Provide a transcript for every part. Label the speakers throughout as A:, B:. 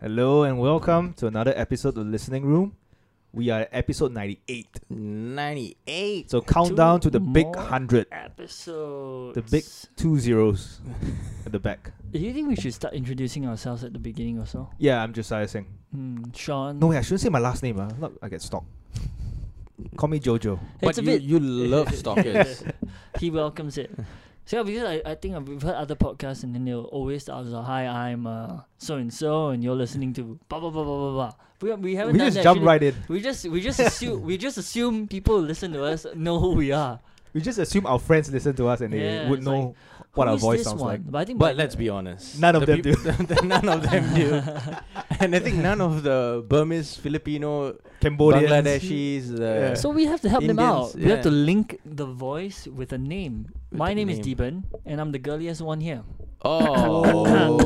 A: Hello and welcome to another episode of Listening Room. We are at episode 98.
B: 98.
A: So countdown to the big
C: more
A: 100.
C: episodes.
A: The big two zeros at the back.
C: Do you think we should start introducing ourselves at the beginning or so?
A: Yeah, I'm Josiah Singh.
C: Hmm, Sean.
A: No, wait, I shouldn't say my last name. Uh. Look, I get stalked. Call me Jojo.
B: But
C: it's a
B: you,
C: bit.
B: you love stalkers.
C: he welcomes it. So because I, I think I've- we've heard other podcasts and then they'll always start us, hi I'm uh, so and so and you're listening to blah blah blah blah blah blah. We, we haven't
A: We
C: done
A: just
C: that,
A: jump
C: shouldn't-
A: right in.
C: We just we just assume we just assume people who listen to us know who we are.
A: We just assume our friends listen to us and
C: Yeah,
A: they would
C: it's
A: know what
C: Who
A: our
C: is
A: voice
C: this
A: sounds
C: one?
A: like.
C: But I think
B: but let's be honest.
A: None of them do.
B: do. none of them do. And I think none of the Burmese, Filipino,
A: Cambodians.
B: Bangladeshis, the
A: Yeah.
C: So we have to help them out.
B: Indians,
C: We have to
B: yeah.
C: link the voice with a name.
B: With
C: My
B: the
C: name, is
B: name.
C: Deben, and I'm the girliest one here.
B: Oh.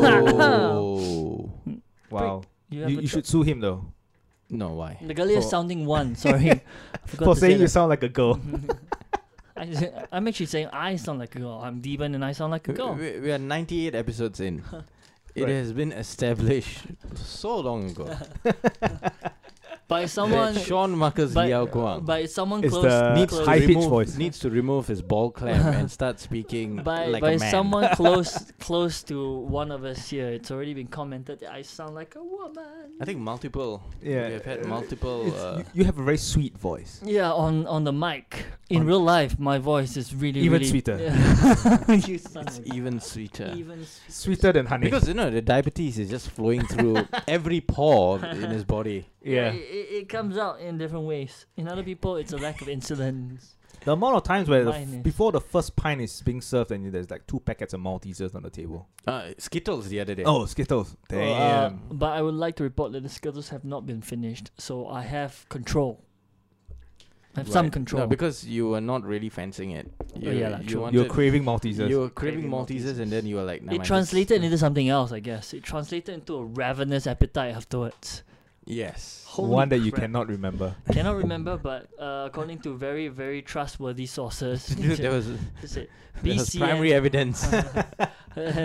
A: Wow.
C: You,
A: You,
C: have
A: you
C: a
A: should sue him though.
B: no, why?
C: The girliest
A: For-
C: sounding one. Sorry, I forgot
A: For
C: to
A: saying
C: say
A: you
C: that.
A: sound like a girl.
C: I just- I'm actually saying I sound like a girl. I'm Deben and I sound like a girl.
B: We, we are 98 episodes in. It
A: Right.
B: has been established so long ago.
C: By
B: that
C: someone,
B: Sean Marcus
C: by,
B: Liao Kuang
C: by someone
A: It's
C: close,
A: the
B: needs
C: close
B: to
A: high pitch
B: remove
A: Uh, voice.
B: needs to remove his ball clamp and start speaking
C: by,
B: like
C: by
B: a man.
C: someone close close to one of us here. It's already been commented that I sound like a woman.
B: I think multiple.
A: Yeah.
B: we've had multiple.
A: It's-
B: Uh,
A: you, you have a very sweet voice.
C: Yeah, on on the mic. In
A: On-
C: real life, my voice is really
A: Even
C: really
A: sweeter.
C: you sound
B: it's even sweeter.
C: even sweeter.
A: Sweeter than honey.
B: Because you know the diabetes is just flowing through every pore in his body.
A: yeah.
C: It, it, it comes out in different ways. In other people, it's a lack of insulin.
A: The amount of times where the
C: Mine
A: f-
C: is-
A: before the first pint is being served and there's like two packets of Maltesers on the table.
B: Uh, Skittles the other day.
A: Oh, um, Skittles.
C: Well, uh,
A: Damn.
C: but I would like to report that the schedules have not been finished, so I have control. I have some
B: Right.
C: control. Oh,
B: No, because you were not really fencing it. You,
C: yeah, lah,
B: you
C: true.
B: wanted.
A: You're craving Maltesers.
B: you were craving
C: Craving
B: Maltesers, and then you were like. "Nah,
C: it
B: man,
C: translated
B: let's-"
C: into something else, I guess. It translated into a ravenous appetite afterwards.
B: Yes.
C: Holy
A: One that you
C: crap.
A: cannot remember.
C: Cannot remember, but uh, according to very, very trustworthy sources,
B: there was,
C: is it
B: there was
C: BCN?
B: primary evidence.
C: there's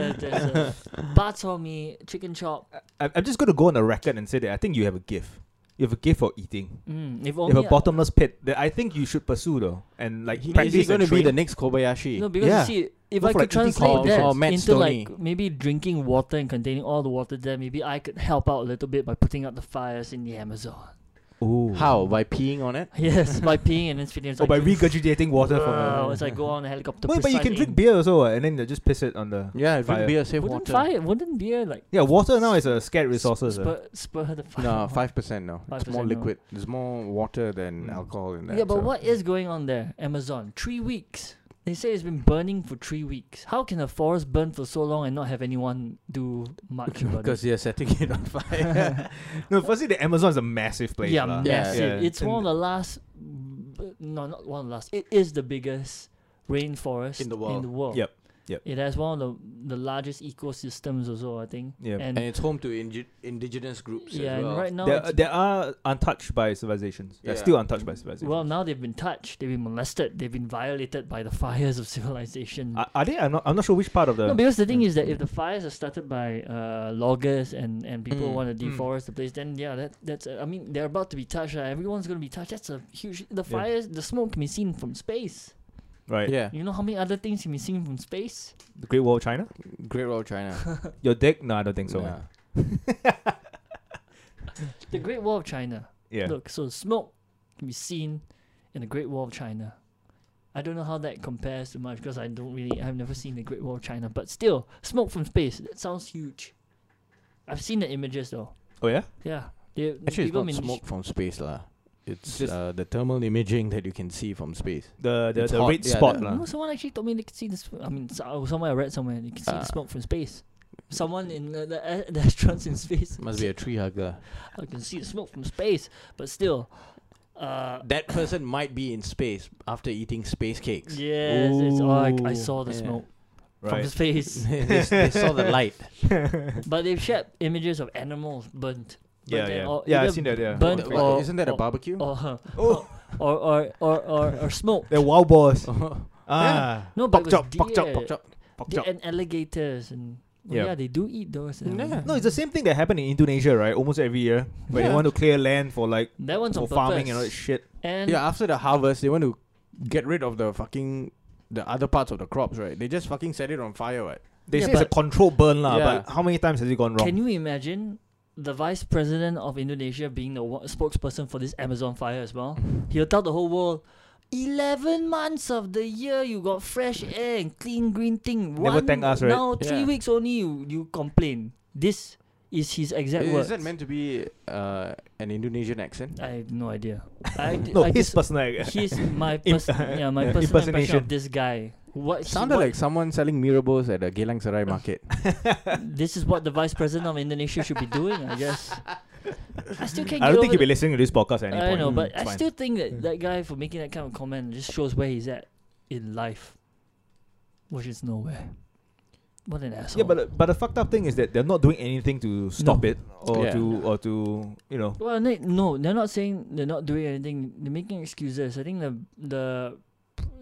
C: a bak chor mee, chicken chop.
A: I, I'm just going to go on a record and say that I think you have a gift. You have a gift for eating.
C: Mm, if
A: you
C: only
A: have a
C: I-
A: bottomless pit that I think you should pursue though. And like
B: He-
A: practice
B: is he going to
A: and
B: be the
A: train.
B: next Kobayashi?
C: No, because
A: Yeah.
C: you see, if
A: Go
C: I
A: for like
C: could
A: eating
C: translate
B: contest.
C: that
B: Or Matt
C: into
B: Stoney.
C: like maybe drinking water and containing all the water there, maybe I could help out a little bit by putting out the fires in the Amazon.
A: Ooh.
B: How by peeing on it?
C: Yes, by peeing and then spitting. it's
A: Or
C: like
A: Oh, by
C: doing-
A: regurgitating water from
C: Wow,
A: the-
C: It's like go on a helicopter.
A: Wait, but you can drink beer also, uh, and then you just piss it on the.
B: Yeah,
A: Fire.
B: drink beer, save
C: Wouldn't
B: water.
C: fire? Wouldn't beer like
A: Yeah, water now is a scarce resources. uh.
C: spur, spur the fire?
B: No,
C: on?
B: five percent now. It's
C: 5%
B: more
C: no.
B: liquid. There's more water than
C: Hmm.
A: Mm.
B: alcohol in that.
C: Yeah, but
B: so-
C: what is going on there? Amazon, three weeks. They say it's been burning for three weeks. How can a forest burn for so long and not have anyone do much about it?
B: Because you're setting it on fire.
A: No, firstly, the Amazon is a massive place.
C: yeah,
A: lah.
C: massive.
A: Yeah.
C: It's one of the last. b- No, not one of the last. It is the biggest rainforest
B: In the world.
A: Yep, yep.
C: It has one of the, the largest ecosystems, also I think.
A: Yep.
C: And,
B: and it's home to indi- indigenous groups
C: yeah,
B: as well.
C: and right now,
A: there,
C: it's-
A: there are untouched by civilizations. They're
B: Yeah.
A: still untouched by civilizations.
C: well, now they've been touched. They've been molested. They've been violated by the fires of civilization.
A: are, are they? I'm not. I'm not sure which part of the.
C: No, because the thing
A: Mm.
C: is that if the fires are started by uh, loggers and, and people
B: Mm,
C: want to
A: mm.
C: deforest the place, then yeah, that that's. uh, I mean, they're about to be touched. Uh, everyone's going to be touched. That's a huge. The
A: Yeah.
C: fires, the smoke can be seen from space.
A: right.
B: Yeah,
C: You know how many other things can be seen from space?
A: The Great Wall of China.
B: Great Wall of China.
A: Your dick? No, I don't think so.
B: Nah.
A: man.
C: The Great Wall of China.
A: Yeah.
C: Look, so smoke can be seen in the Great Wall of China. I don't know how that compares to much because I don't really. I've never seen the Great Wall of China, but still, smoke from space. That sounds huge. I've seen the images though.
A: Oh yeah.
C: Yeah. They,
B: Actually, it's
C: people
B: not
C: manage-
B: smoke from space, lah. It's
A: Just-
B: uh, the thermal imaging that you can see from space.
A: The the,
B: It's
A: the
B: hot.
A: red
B: Yeah,
A: spot.
B: the-
A: lah.
C: No, someone actually told me they could see this. I mean, so, oh, somewhere I read somewhere they could see
B: Ah.
C: the smoke from space. Someone in uh, the, uh, the astronauts in space
B: Must be a tree hugger.
C: I can see the smoke from space, but still, uh,
B: That person might be in space after eating space cakes.
C: yes, it's, oh, I, I
A: Ooh.
C: saw the
B: Yeah.
C: smoke from
A: Right.
C: space.
B: they, s- they saw the light.
C: but they've shared images of animals burnt.
A: Yeah,
C: but then
A: yeah.
C: all-
A: Yeah, I've
C: either
A: seen that. Yeah.
C: burnt
B: Wait,
C: or-
B: isn't that a
C: or-
B: barbecue?
C: Or,
A: Oh,
C: or, or, or, or, or smoke.
A: they're wild boars.
B: Oh.
A: Ah.
C: No,
A: Pork
C: but it was
A: chop, pork chop,
C: deer.
A: pork chop, pork
C: Deer
A: chop.
C: and alligators and Well,
A: Yeah.
C: yeah, they do eat those. and-
B: Yeah.
A: No, it's the same thing that happened in Indonesia, right? Almost every year, where
B: Yeah.
A: they want to clear land for like
C: That one's
A: for
C: on
A: farming
C: purpose.
A: and all that shit.
C: And
B: Yeah, after the harvest, they want to get rid of the fucking the other parts of the crops, right? They just fucking set it on fire, right?
A: They
C: Yeah,
A: say it's a
C: but-
A: controlled burn, lah.
B: Yeah.
A: But how many times has it gone wrong?
C: Can you imagine the vice president of Indonesia being the wa- spokesperson for this Amazon fire as well? He'll tell the whole world, 11 months of the year you got fresh air and clean green thing.
A: Never
C: One,
A: thank us, right?
C: Now, three
B: Yeah.
C: weeks only, you, you complain. This is his exact
B: Is,
C: words.
B: that meant to be uh, an Indonesian accent?
C: I have no idea. I, d-
A: no,
C: I
A: his
C: just-
A: personal.
C: he's my
A: Im-
C: person. yeah, my personal impression
A: impersonation.
C: of this guy. What he-
B: Sounded
C: what-
B: like someone selling Mirabos at a Geylang Serai market.
C: this is what the vice president of Indonesia should be doing, I guess. I still can't.
A: I
C: get
A: don't think
C: over
A: he'll be listening to this podcast at any
C: I
A: point.
C: know, but
A: It's
C: I
A: fine.
C: still think that
A: Mm.
C: that guy for making that kind of comment just shows where he's at in life, which is nowhere. What an asshole!
A: yeah, but the- but the fucked up thing is that they're not doing anything to stop
C: No.
A: it or
B: Yeah.
A: to or to you know.
C: well, they, no, they're not saying they're not doing anything. They're making excuses. I think the the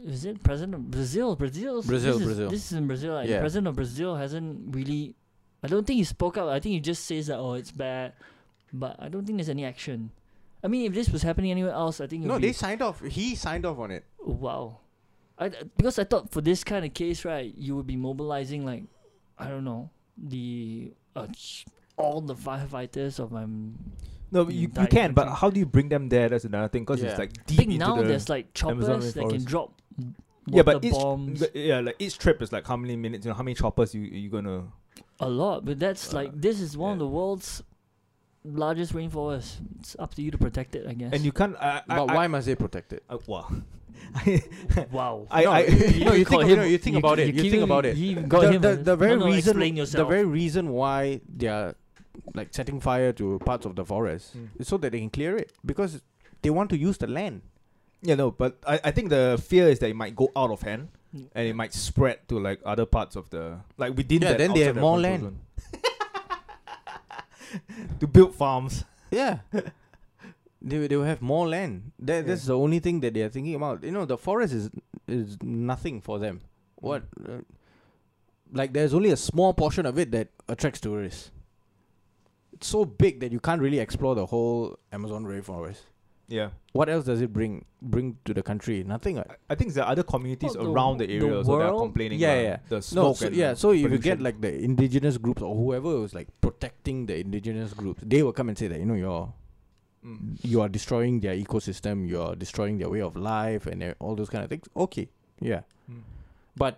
C: is it president of Brazil? Brazil's,
B: Brazil,
C: This is,
B: Brazil.
C: This is in Brazil. And The
B: Yeah.
C: president of Brazil hasn't really. I don't think he spoke up. I think he just says that oh, it's bad, but I don't think there's any action. I mean, if this was happening anywhere else, I think it would
B: no,
C: be
B: they signed off. He signed off on it.
C: Wow. I, because I thought for this kind of case, right, you would be mobilizing like, I don't know, the uh, ch- all the firefighters of um, my m-
A: No,
C: The
A: you, you
C: entire
A: can, but
C: country.
A: how do you bring them there? That's another thing, because
B: Yeah.
A: it's like
C: I
A: deep
C: think
A: into
C: now
A: the.
C: there's like choppers
A: Amazon
C: that can
A: rainforest.
C: drop water
A: yeah, but each
C: bombs
A: the- yeah, like each trip is like how many minutes? You know, how many choppers you you gonna?
C: a lot. But that's
A: Uh,
C: like this is one of
A: yeah.
C: the world's largest rainforests. It's up to you to protect it, I guess.
A: And you can't. I, I,
B: but
A: I,
B: why must they protect it?
A: I, wow.
C: wow.
A: I,
B: no,
A: I,
B: you, no, you
C: call
B: think,
C: him-
B: no, you think
C: you-
B: about
C: you
B: it. You
C: keep
B: think
C: him-
B: about it.
C: you even got
B: the,
C: him
B: the,
C: on-
B: the
C: no,
B: very
C: no,
B: reason,
C: explain
B: the
C: yourself.
B: very reason why they are like setting fire to parts of the forest
A: Mm.
B: is so that they can clear it because they want to use the land.
A: yeah, no, but I, I think the fear is that it might go out of hand
C: Mm.
A: and it might spread to like other parts of the like within.
B: Yeah,
A: that
B: then they
A: outside
B: have
A: that
B: more
A: control
B: land.
A: zone. to build farms.
B: Yeah. They, will- they will have more land. That,
A: Yeah.
B: That's the only thing that they are thinking about. You know, the forest is is nothing for them. What, uh, like, there's only a small portion of it that attracts tourists. It's so big that you can't really explore the whole Amazon rainforest.
A: Yeah,
B: What else does it bring bring to the country? Nothing. Right?
A: I, I think there are other communities
C: Well, the
A: around the
C: w-
A: area
C: the
A: also that are
C: world-
A: complaining.
B: Yeah,
A: lah.
B: yeah.
A: The
B: No,
A: smoke.
B: so,
A: and
B: yeah. So if you get
A: pollution.
B: like the indigenous groups or whoever was like protecting the indigenous groups, they will come and say that you know you're
A: Mm.
B: you are destroying their ecosystem, you are destroying their way of life, and uh, all those kind of things. Okay, yeah,
A: Mm.
B: but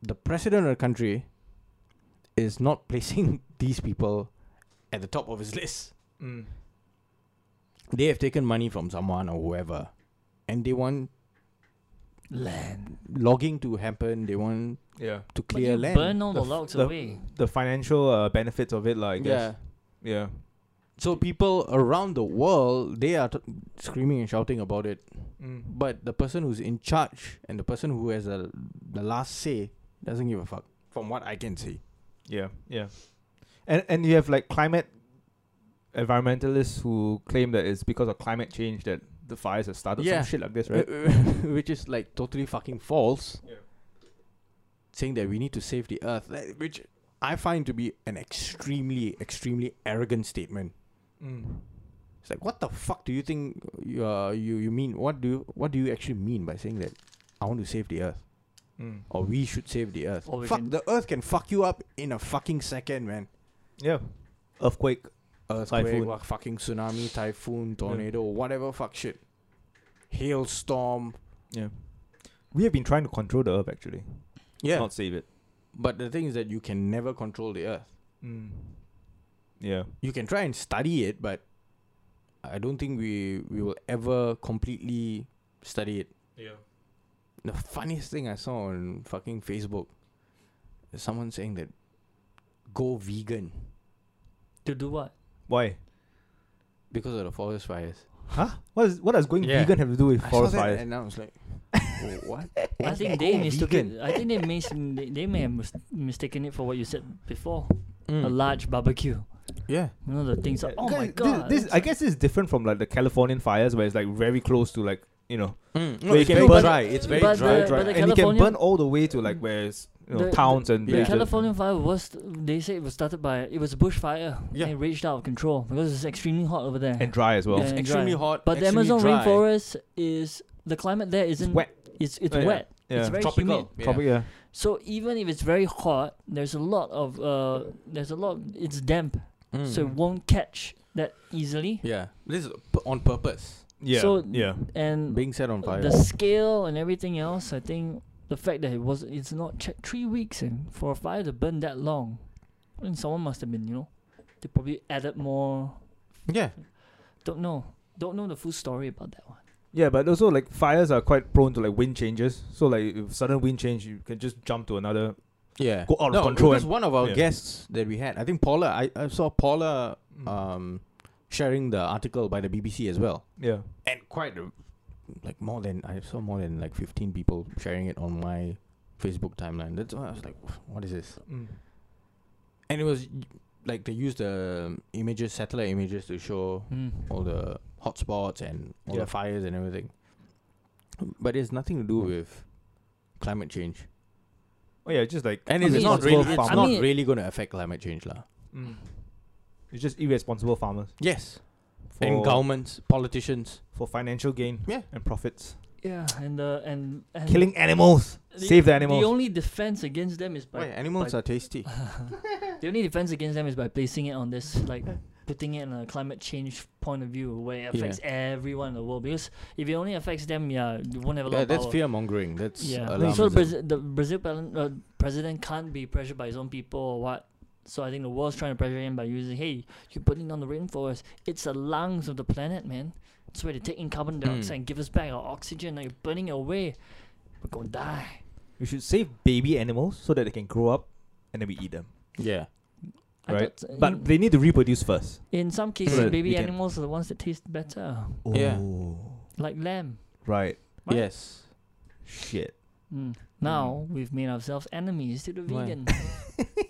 B: the president of the country is not placing these people at the top of his list.
A: Mm.
B: They have taken money from someone or whoever, and they want
C: land.
B: logging to happen. They want
A: Yeah.
B: to
C: But
B: clear
C: you
B: land.
C: burn all the,
A: The f-
C: logs
A: the-
C: away.
A: The financial uh, benefits of it, like I
B: yeah.
A: guess. Yeah.
B: So people around the world they are t- screaming and shouting about it,
A: Mm.
B: but the person who's in charge and the person who has the the last say doesn't give a fuck. From what I can see.
A: Yeah, yeah. And and you have like climate environmentalists who claim that it's because of climate change that the fires have started.
B: Yeah.
A: Some shit like this, right?
B: which is like totally fucking false.
A: Yeah.
B: Saying that we need to save the earth, like, which I find to be an extremely, extremely arrogant statement.
A: Mm.
B: It's like, what the fuck do you think you uh, you you mean? What do you, what do you actually mean by saying that? I want to save the earth,
A: Mm.
B: or we should save the earth.
C: Or we
B: Fuck,
C: can-
B: the earth can fuck you up in a fucking second, man.
A: Yeah. Earthquake.
B: earthquake,
A: Typhoon.
B: wa- fucking tsunami, typhoon, tornado, whatever fuck shit, hailstorm.
A: We have been trying to control the earth actually.
B: Yeah,
A: Not save it.
B: but the thing is that you can never control the earth.
A: Mm. Yeah.
B: You can try and study it, but I don't think we we will ever completely study it.
A: Yeah.
B: The funniest thing I saw on fucking Facebook is someone saying that go vegan
C: To do what?
A: Why?
B: because of the forest fires.
A: Huh? What is what does going
B: Yeah.
A: vegan have to do with
B: I saw
A: forest
B: that
A: fires?
B: and I was like, what?
C: I think
A: oh,
C: they mistook it. I think they mis- they they may have mis- mistaken it for what you said before.
A: Hmm.
C: A
B: Mm.
C: large barbecue.
B: Yeah.
C: You know the things. Like, oh my
A: Guys, thi-
C: god!
A: This,
C: that's
A: I guess this is different from like the Californian fires where it's like very close to like you know
B: Mm.
A: Where you
B: it's
A: can
B: very
A: burn-
B: dry. It's very
C: But
B: dry.
C: the- but
A: dry,
C: the
A: and you can
C: California-
A: burn all the way to like where it's you know,
C: The-
A: towns and
B: the
C: The
A: villages.
C: California fire was they say it was started by it was a bushfire.
A: Yeah.
C: And it raged out of control because it's extremely hot over there.
A: and dry as well.
B: it's
C: and
B: extremely
C: dry.
B: hot.
C: but the
B: extremely
C: Amazon
B: dry.
C: rainforest is the climate there
A: It's
C: isn't
A: wet. Oh,
C: It's it's
A: Yeah.
C: wet.
A: Yeah.
C: It's very
B: Tropical.
C: humid.
B: Yeah.
A: Tropic, yeah.
C: So even if it's very hot, there's a lot of uh there's a lot it's damp,
A: Hmm.
B: Mm.
C: so it won't catch that easily.
B: yeah, this is p- on purpose.
A: Yeah.
C: So-
A: yeah.
C: And
B: Being set on fire.
C: the scale and everything else, I think the fact that it was it's not che- three weeks in for a fire to burn that long, and someone must have been you know, they probably added more.
B: yeah,
C: Don't know, don't know the full story about that one.
A: Yeah, but also like fires are quite prone to like wind changes. So like if sudden wind change, you can just jump to another.
B: yeah.
A: Go out of
B: no,
A: control
B: Because
A: and-
B: one of our
A: yeah.
B: guests that we had, I think Paula. I, I saw Paula
A: mm,
B: um, sharing the article by the BBC as well,
A: Yeah.
B: and quite a- like more than I saw more than like fifteen people sharing it on my Facebook timeline. That's why I was like, what is this?
A: mm.
B: And it was like they used the um, images, satellite images, to show all the hotspots and all
A: Yeah.
B: the fires and everything. But it's nothing to do with climate change,
A: Oh yeah, just like
B: and
C: I
B: it's
C: mean,
B: not
C: it's
B: really
C: both
B: it's
C: farmers.
B: not
C: I mean-
B: really going to affect climate change, lah.
A: Mm. It's just irresponsible farmers
B: Yes,
A: for
B: and governments, politicians.
A: for financial gain
B: Yeah.
A: and profits,
C: Yeah, and the and, and
A: killing animals,
C: the-
A: save the
C: The
A: animals.
C: only defense against them is by
B: animals
C: but-
B: are tasty.
C: the only defense against them is by placing it on this like putting it in a climate change point of view where it
B: Yeah.
C: affects everyone in the world because if it only affects them, yeah, you won't have a lot
B: Yeah,
C: of
B: that's
C: power.
B: fear mongering. That's
C: Yeah.
B: alarmism.
C: So the, Brazil, the Brazil president, uh, president can't be pressured by his own people or what. So I think the world's trying to pressure him by using, hey, you're putting down the rainforest. It's the lungs of the planet, man. It's where they take in
A: Hmm.
C: carbon dioxide and give us back our oxygen. Now you're burning it away. We're gonna die.
A: We should save baby animals so that they can grow up, and then we eat them.
B: yeah,
C: I
A: Right.
C: thought
A: But
B: Mm.
C: in,
A: they need to reproduce first.
C: in some cases,
A: that we
C: baby
A: can-
C: animals are the ones that taste better,
B: Yeah.
A: Oh,
C: like lamb.
A: Right.
C: What?
B: yes.
A: Shit.
C: Mm. Now
A: Hmm.
C: we've made ourselves enemies to the
B: Why?
C: vegan.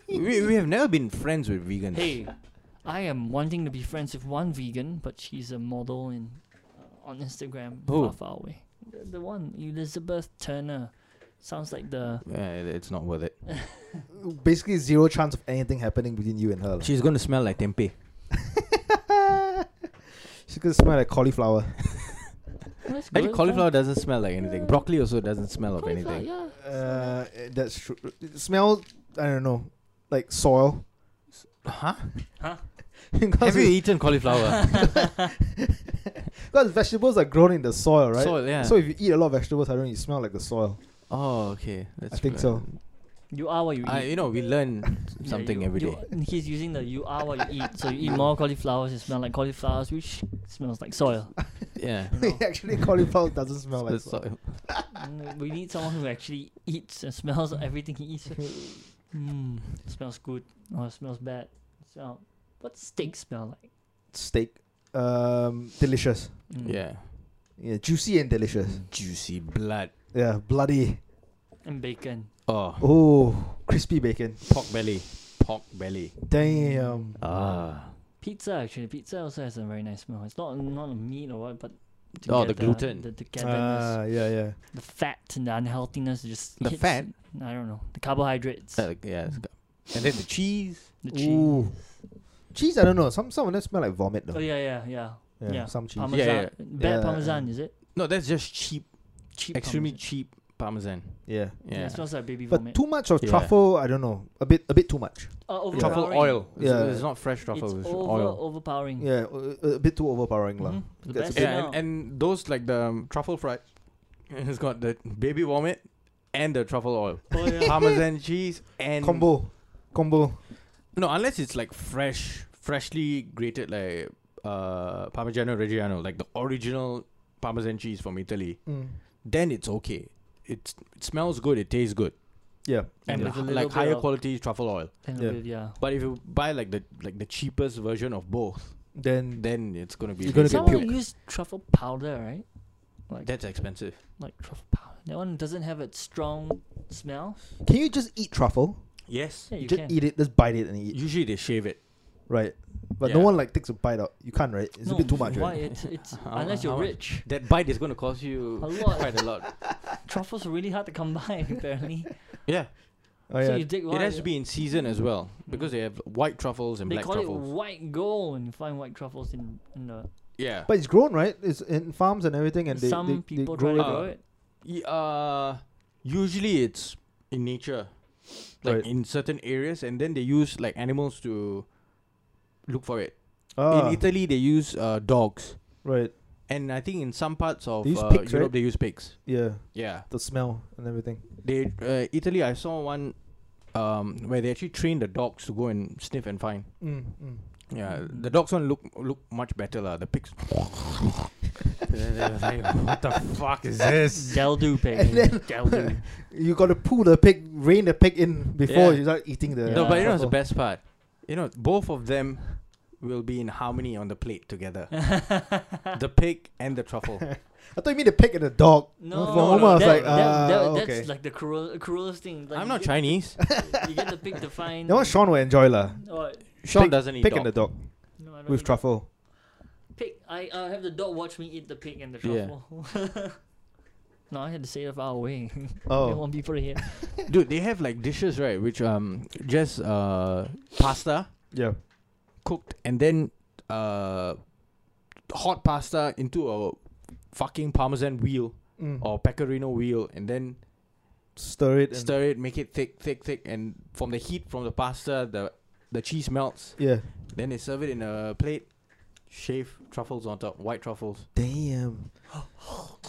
B: we, we have never been friends with vegans.
C: hey, I am wanting to be friends with one vegan, but she's a model in uh, on Instagram
B: Who?
C: far far away. The, the one Elizabeth Turner sounds like the
B: Yeah, it- it's not worth it.
D: Basically, zero chance of anything happening between you and her. lah.
B: She's gonna smell like tempeh.
D: She's gonna smell like cauliflower.
C: Oh, that's
B: Actually,
C: good,
B: cauliflower doesn't smell like anything. Broccoli also doesn't smell of
C: cauliflower,
B: anything.
C: Yeah.
D: Uh, that's true. It smells, I don't know, like soil.
B: Huh?
D: Because
B: Have you eaten cauliflower?
D: because vegetables are grown in the soil, right?
B: Soil, yeah.
D: So if you eat a lot of vegetables, I don't know, you smell like the soil.
B: oh, okay. That's
D: I think
B: right.
D: so.
C: You are what you eat.
B: I, you know, we learn
C: Yeah,
B: something
C: you-
B: every day.
C: you- he's using the you are what you eat. So you eat more cauliflowers, you smell like cauliflowers, which smells like soil.
B: yeah.
C: you know.
D: Actually, cauliflower doesn't smell
A: Oh,
D: like
B: That's
D: soil.
B: so-
C: Mm, we need someone who actually eats and smells everything he eats. Mm, smells good or smells bad. So, what steak smell like?
D: Steak, um, delicious.
C: Mm.
B: yeah.
D: Yeah, juicy and
B: Mm.
D: delicious.
B: Juicy blood.
D: Yeah, bloody.
C: And bacon.
B: Oh,
D: Oh, crispy bacon.
B: pork belly. Pork belly.
D: Damn.
B: Ah.
C: Pizza actually. Pizza also has a very nice smell. It's not not a meat or what, but
B: Oh, the
C: together,
B: gluten.
C: the togetherness,
D: Ah, yeah, yeah.
C: the fat and the unhealthiness just
B: The
C: hits-
B: fat?
C: I don't know. The carbohydrates,
B: Uh, yeah. it's got- And then the cheese.
C: the cheese.
D: Ooh. Cheese, I don't know. Some some of them smell like vomit though.
C: Oh yeah, yeah, yeah.
D: yeah,
C: yeah.
D: Some cheese.
C: Parmesan,
B: yeah.
C: bad
D: Yeah.
C: parmesan, is it?
B: No, that's just cheap.
C: Cheap,
B: Extremely
C: parmesan.
B: cheap parmesan.
D: Yeah.
C: Yeah.
B: Yeah.
C: it smells like baby
D: But
C: vomit.
D: too much of
B: Yeah.
D: truffle, I don't know. A bit a bit too much.
C: Uh,
B: Truffle
C: overpowering.
B: oil. It's,
D: Yeah.
B: it's not fresh truffle.
C: It's
B: It's,
C: over,
B: oil.
C: overpowering.
D: Yeah, a, a bit too overpowering lah.
C: Mhm. Mm. The
D: Gets a
C: best
D: bit-
B: Yeah,
C: smell.
B: and, and those like the um, truffle fry, it's got the baby vomit and the truffle oil,
C: Oh, yeah.
B: parmesan cheese and
D: Combo. Combo.
B: No, unless it's like fresh, freshly grated like uh Parmigiano Reggiano, like the original parmesan cheese from Italy,
D: Mm.
B: then it's okay. It's, it smells good, it tastes good,
D: Yeah.
B: and
C: With a
B: h-
C: little
B: like
C: bit
B: higher
C: of-
B: quality truffle oil.
C: And a
D: Yeah.
C: bit, yeah.
B: But if you buy like the like the cheapest version of both,
D: Then
B: then it's gonna be
D: You're gonna get
B: basically-
C: Someone used truffle powder, right? Like
B: That's expensive.
C: like truffle powder. That one doesn't have its strong smell.
D: can you just eat truffle?
B: Yes.
C: Yeah, you
D: just
C: can.
D: eat it, just bite it and eat.
B: Usually they shave it.
D: Right. But
B: Yeah.
D: no one like takes a bite out. You can't, right? It's
C: No,
D: a bit too much,
C: Why
D: right?
C: it's, it's
B: How-
C: unless you're
B: how much?
C: rich.
B: That bite is gonna cost
C: A
B: you
C: lot.
B: quite a lot.
C: Truffles are really hard to come by apparently.
B: Yeah.
A: Oh
C: so
A: yeah.
C: you dig one.
B: It has to be in season as well because they have white truffles and
C: They
B: black
C: call
B: truffles.
C: it white gold when you find white truffles in, in the.
B: yeah.
A: But it's grown, right? It's in farms and everything, and they
C: some
A: they, they
C: people
A: grow
C: try
A: it.
C: to
B: up.
C: grow it.
B: Ye- uh, usually it's in nature, like
A: Right.
B: in certain areas, and then they use like animals to look for it.
A: Ah,
B: In Italy, they use uh, dogs,
A: right.
B: and I think in some parts of
A: They use
B: uh,
A: pigs,
B: Europe
A: right?
B: they use pigs.
A: Yeah,
B: Yeah,
A: the smell and everything.
B: they uh, Italy. I saw one um, where they actually train the dogs to go and sniff and find.
A: Mm, mm.
B: Yeah, the dogs one look look much better lah. The pigs. what the fuck is this?
C: Deldu pig.
A: And then-
C: Deldu.
A: You got to pull the pig, rein the pig in before
B: Yeah.
A: you start eating the.
B: No, but you know what's the
A: truffle.
B: best part? You know, both of them will be in harmony on the plate together. the pig and the truffle.
A: I thought you mean the pig and the dog.
C: No,
A: for a
C: no,
A: moment I was
C: that-
A: like,
C: that- that-
A: ah, okay.
C: that's like the cruel, cruelest thing. Like
B: I'm
C: you
B: not
C: get,
B: Chinese.
C: You get the pig to find.
A: That one Sean will enjoy lah.
C: or-
B: Sean
A: Pig-
B: doesn't eat
A: Pig
B: dog.
A: and the dog
C: no, I don't
A: with
C: eat-
A: truffle.
C: Pig. I uh, have the dog watch me eat the pig and the
B: Yeah.
C: truffle. no, I had to say it far away. I
A: Oh,
C: want people to hear.
B: Dude, they have like dishes, right? Which um just uh pasta
A: yeah.
B: cooked and then uh hot pasta into a fucking parmesan wheel
A: Mm.
C: Oh.
B: or pecorino wheel and then
A: Stir it. And
B: stir it, make it thick, thick, thick, and from the heat from the pasta the the cheese melts.
A: Yeah.
B: Then they serve it in a plate, shave truffles on top, white truffles.
A: Damn.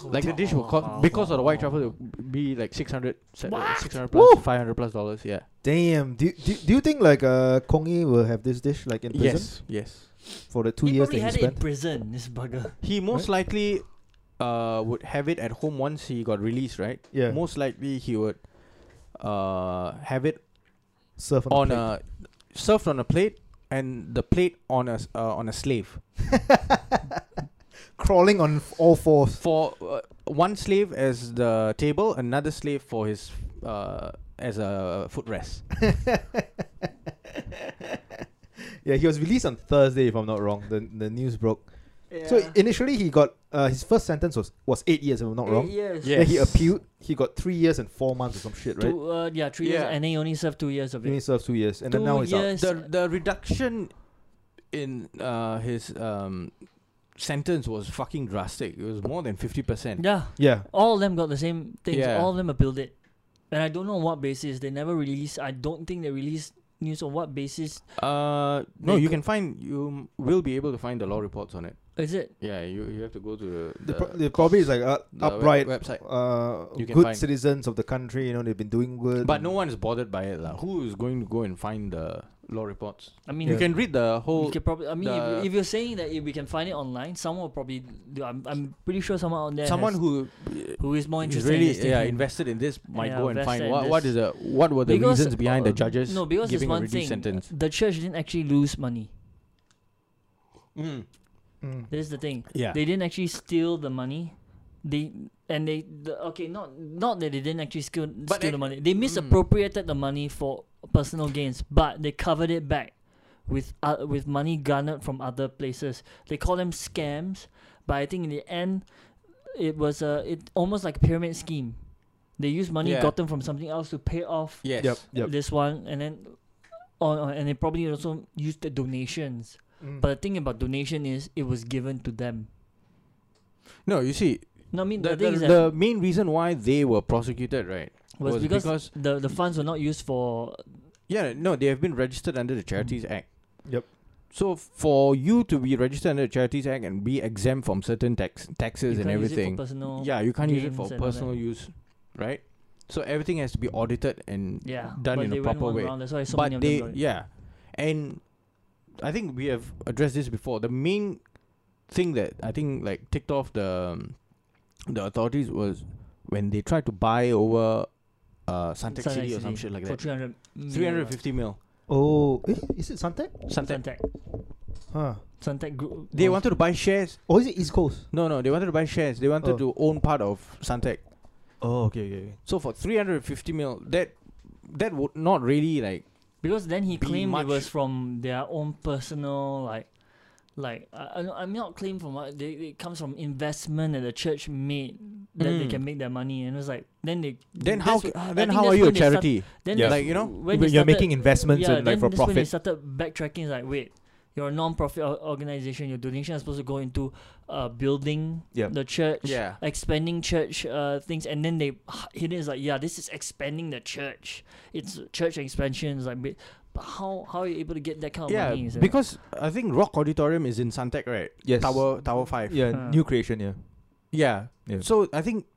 B: Like the dish will cost because of the white truffles, it would be like 600, se- uh,
C: What?
B: 600 plus,
A: Woo!
B: 500 plus dollars. Yeah.
A: Damn. Do, do, do you think like uh Kong Yi will have this dish like in prison
B: Yes. Yes.
A: for the two
C: he
A: years that
C: probably
A: he
C: had it in
A: spent?
C: prison. This bugger.
B: He most likely, uh, would have it at home once he got released, right?
A: Yeah.
B: Most likely he would, uh, have it
A: Surf on,
B: on a served on a plate and the plate on a s- uh, on a slave.
C: uh,
A: crawling on f- all fours.
B: for uh, one slave as the table, another slave for his uh, as a footrest.
A: Yeah, he was released on Thursday if I'm not wrong. The the news broke. So initially he got uh, his first sentence was was eight years if I'm not wrong.
C: Eight years.
B: Yeah.
A: Then he
B: Yes.
A: appealed. He got three years and four months or some shit, right?
C: Two, uh, yeah, three years,
B: Yeah.
C: and then he only served two years of
A: He only
C: it.
A: served two years, and
C: two
A: then now he's out.
C: years.
B: The the reduction in uh, his um, sentence was fucking drastic. It was more than fifty percent.
C: yeah,
A: Yeah,
C: all of them got the same things.
B: Yeah.
C: All of them appealed it, and I don't know on what basis they never released. I don't think they released news on what basis
B: Uh, no,
C: They
B: you
C: could-
B: can find you m- will be able to find the law reports on it.
C: is it.
B: Yeah, you you have to go to the,
A: the, pro- the probably is like uh,
B: the web-
A: upright,
B: website.
A: uh,
B: You can
A: good
B: find-
A: citizens of the country. You know, they've been doing good.
B: But no one is bothered by it, lah. Who is going to go and find the law reports?
C: I mean,
B: You can read the
C: We
B: whole.
C: could probably. I mean, if,
B: the-
C: if you're saying that if we can find it online, someone will probably. Do, I'm, I'm pretty sure someone out there.
B: Someone
C: has-
B: who
C: who is more
B: He's
C: interested. in
B: really
C: this thing
B: yeah
C: than-
B: invested in this might
C: Yeah,
B: go and find
C: invested in
B: what what
C: this.
B: is the what were the
C: Because,
B: reasons behind the
C: uh,
B: judges
C: No, because it's
B: giving a
C: one
B: reduced
C: thing.
B: sentence.
C: The church didn't actually lose money.
A: Mm.
C: This is the thing.
B: Yeah,
C: They didn't actually steal the money. They and they the, okay not not that they didn't actually steal, steal
B: it-
C: the money.
B: Mm.
C: They misappropriated the money for personal gains, but they covered it back with uh, with money garnered from other places. They call them scams, but I think in the end, it was a it almost like a pyramid scheme. They used money
B: Yeah.
C: gotten from something else to pay off
B: yes,
A: Yep. Yep.
C: this one, and then on on- and they probably also used the donations.
A: Mm.
C: But the thing about donation is it was given to them.
B: No, you see,
C: No, I mean the,
B: the,
C: thing
B: the,
C: is that
B: the main reason why they were prosecuted, right,
C: was, because, the the funds were not used for
B: yeah, no, they have been registered under the Charities Act.
A: Yep.
B: So for you to be registered under the Charities Act and be exempt from certain tax
C: you
B: taxes and
C: can't use it for
B: everything,
C: personal.
B: yeah, you can't use it for
C: gains and all that.
B: personal use, right? So everything has to be audited and
C: yeah,
B: done
C: but
B: in
C: they
B: a proper way.
C: went one Round, that's why so
B: but
C: many
B: they
C: of them got it.
B: yeah and i think we have addressed this before the main thing that i think like ticked off the um, the authorities was when they tried to buy over uh Suntec
C: Suntec
B: City or some shit
C: City
B: like
C: for
B: that
C: 300
B: 350 mil
A: Oh, eh, is it Suntec?
B: Suntec
C: Suntec
A: Huh.
C: Suntec Group.
B: they
C: was-
B: wanted to buy shares
A: Or is it East Coast?
B: no no they wanted to buy shares they wanted
A: Oh.
B: to own part of Suntec
A: Oh, okay, okay, okay.
B: so for 350 mil that that would not really like
C: because then he
B: be
C: claimed it
B: much-
C: was from their own personal like Like I, I don't- I'm not claim from what they it comes from investment that the church made that they
B: Mm.
C: can make their money and it's like then they
B: Then
C: that's
B: how
C: wh- I
B: ca- then
C: think
B: how
C: that's
B: are you a
C: when they start-
B: charity?
C: then
A: Yeah.
C: they-
B: Like, you know,
C: when
A: When
C: they
A: you're
C: started-
A: making investments
C: yeah,
A: and like
C: then
A: for
C: that's when they
A: profit.
C: started backtracking. It's like, wait, you're a non-profit or- organization. Your donation is supposed to go into uh, building
A: Yep.
C: the church,
B: Yeah.
C: expanding church uh, things, and then they hidden is like, yeah, this is expanding the church. It's church expansion. It's like, but but how how are you able to get that kind of
B: Yeah,
C: money? It's like-
B: because I think Rock Auditorium is in Suntec, right?
A: Yes.
B: Tower Tower Five.
A: Yeah,
C: Huh.
A: new creation. Yeah.
B: Yeah.
A: Yeah.
B: So I think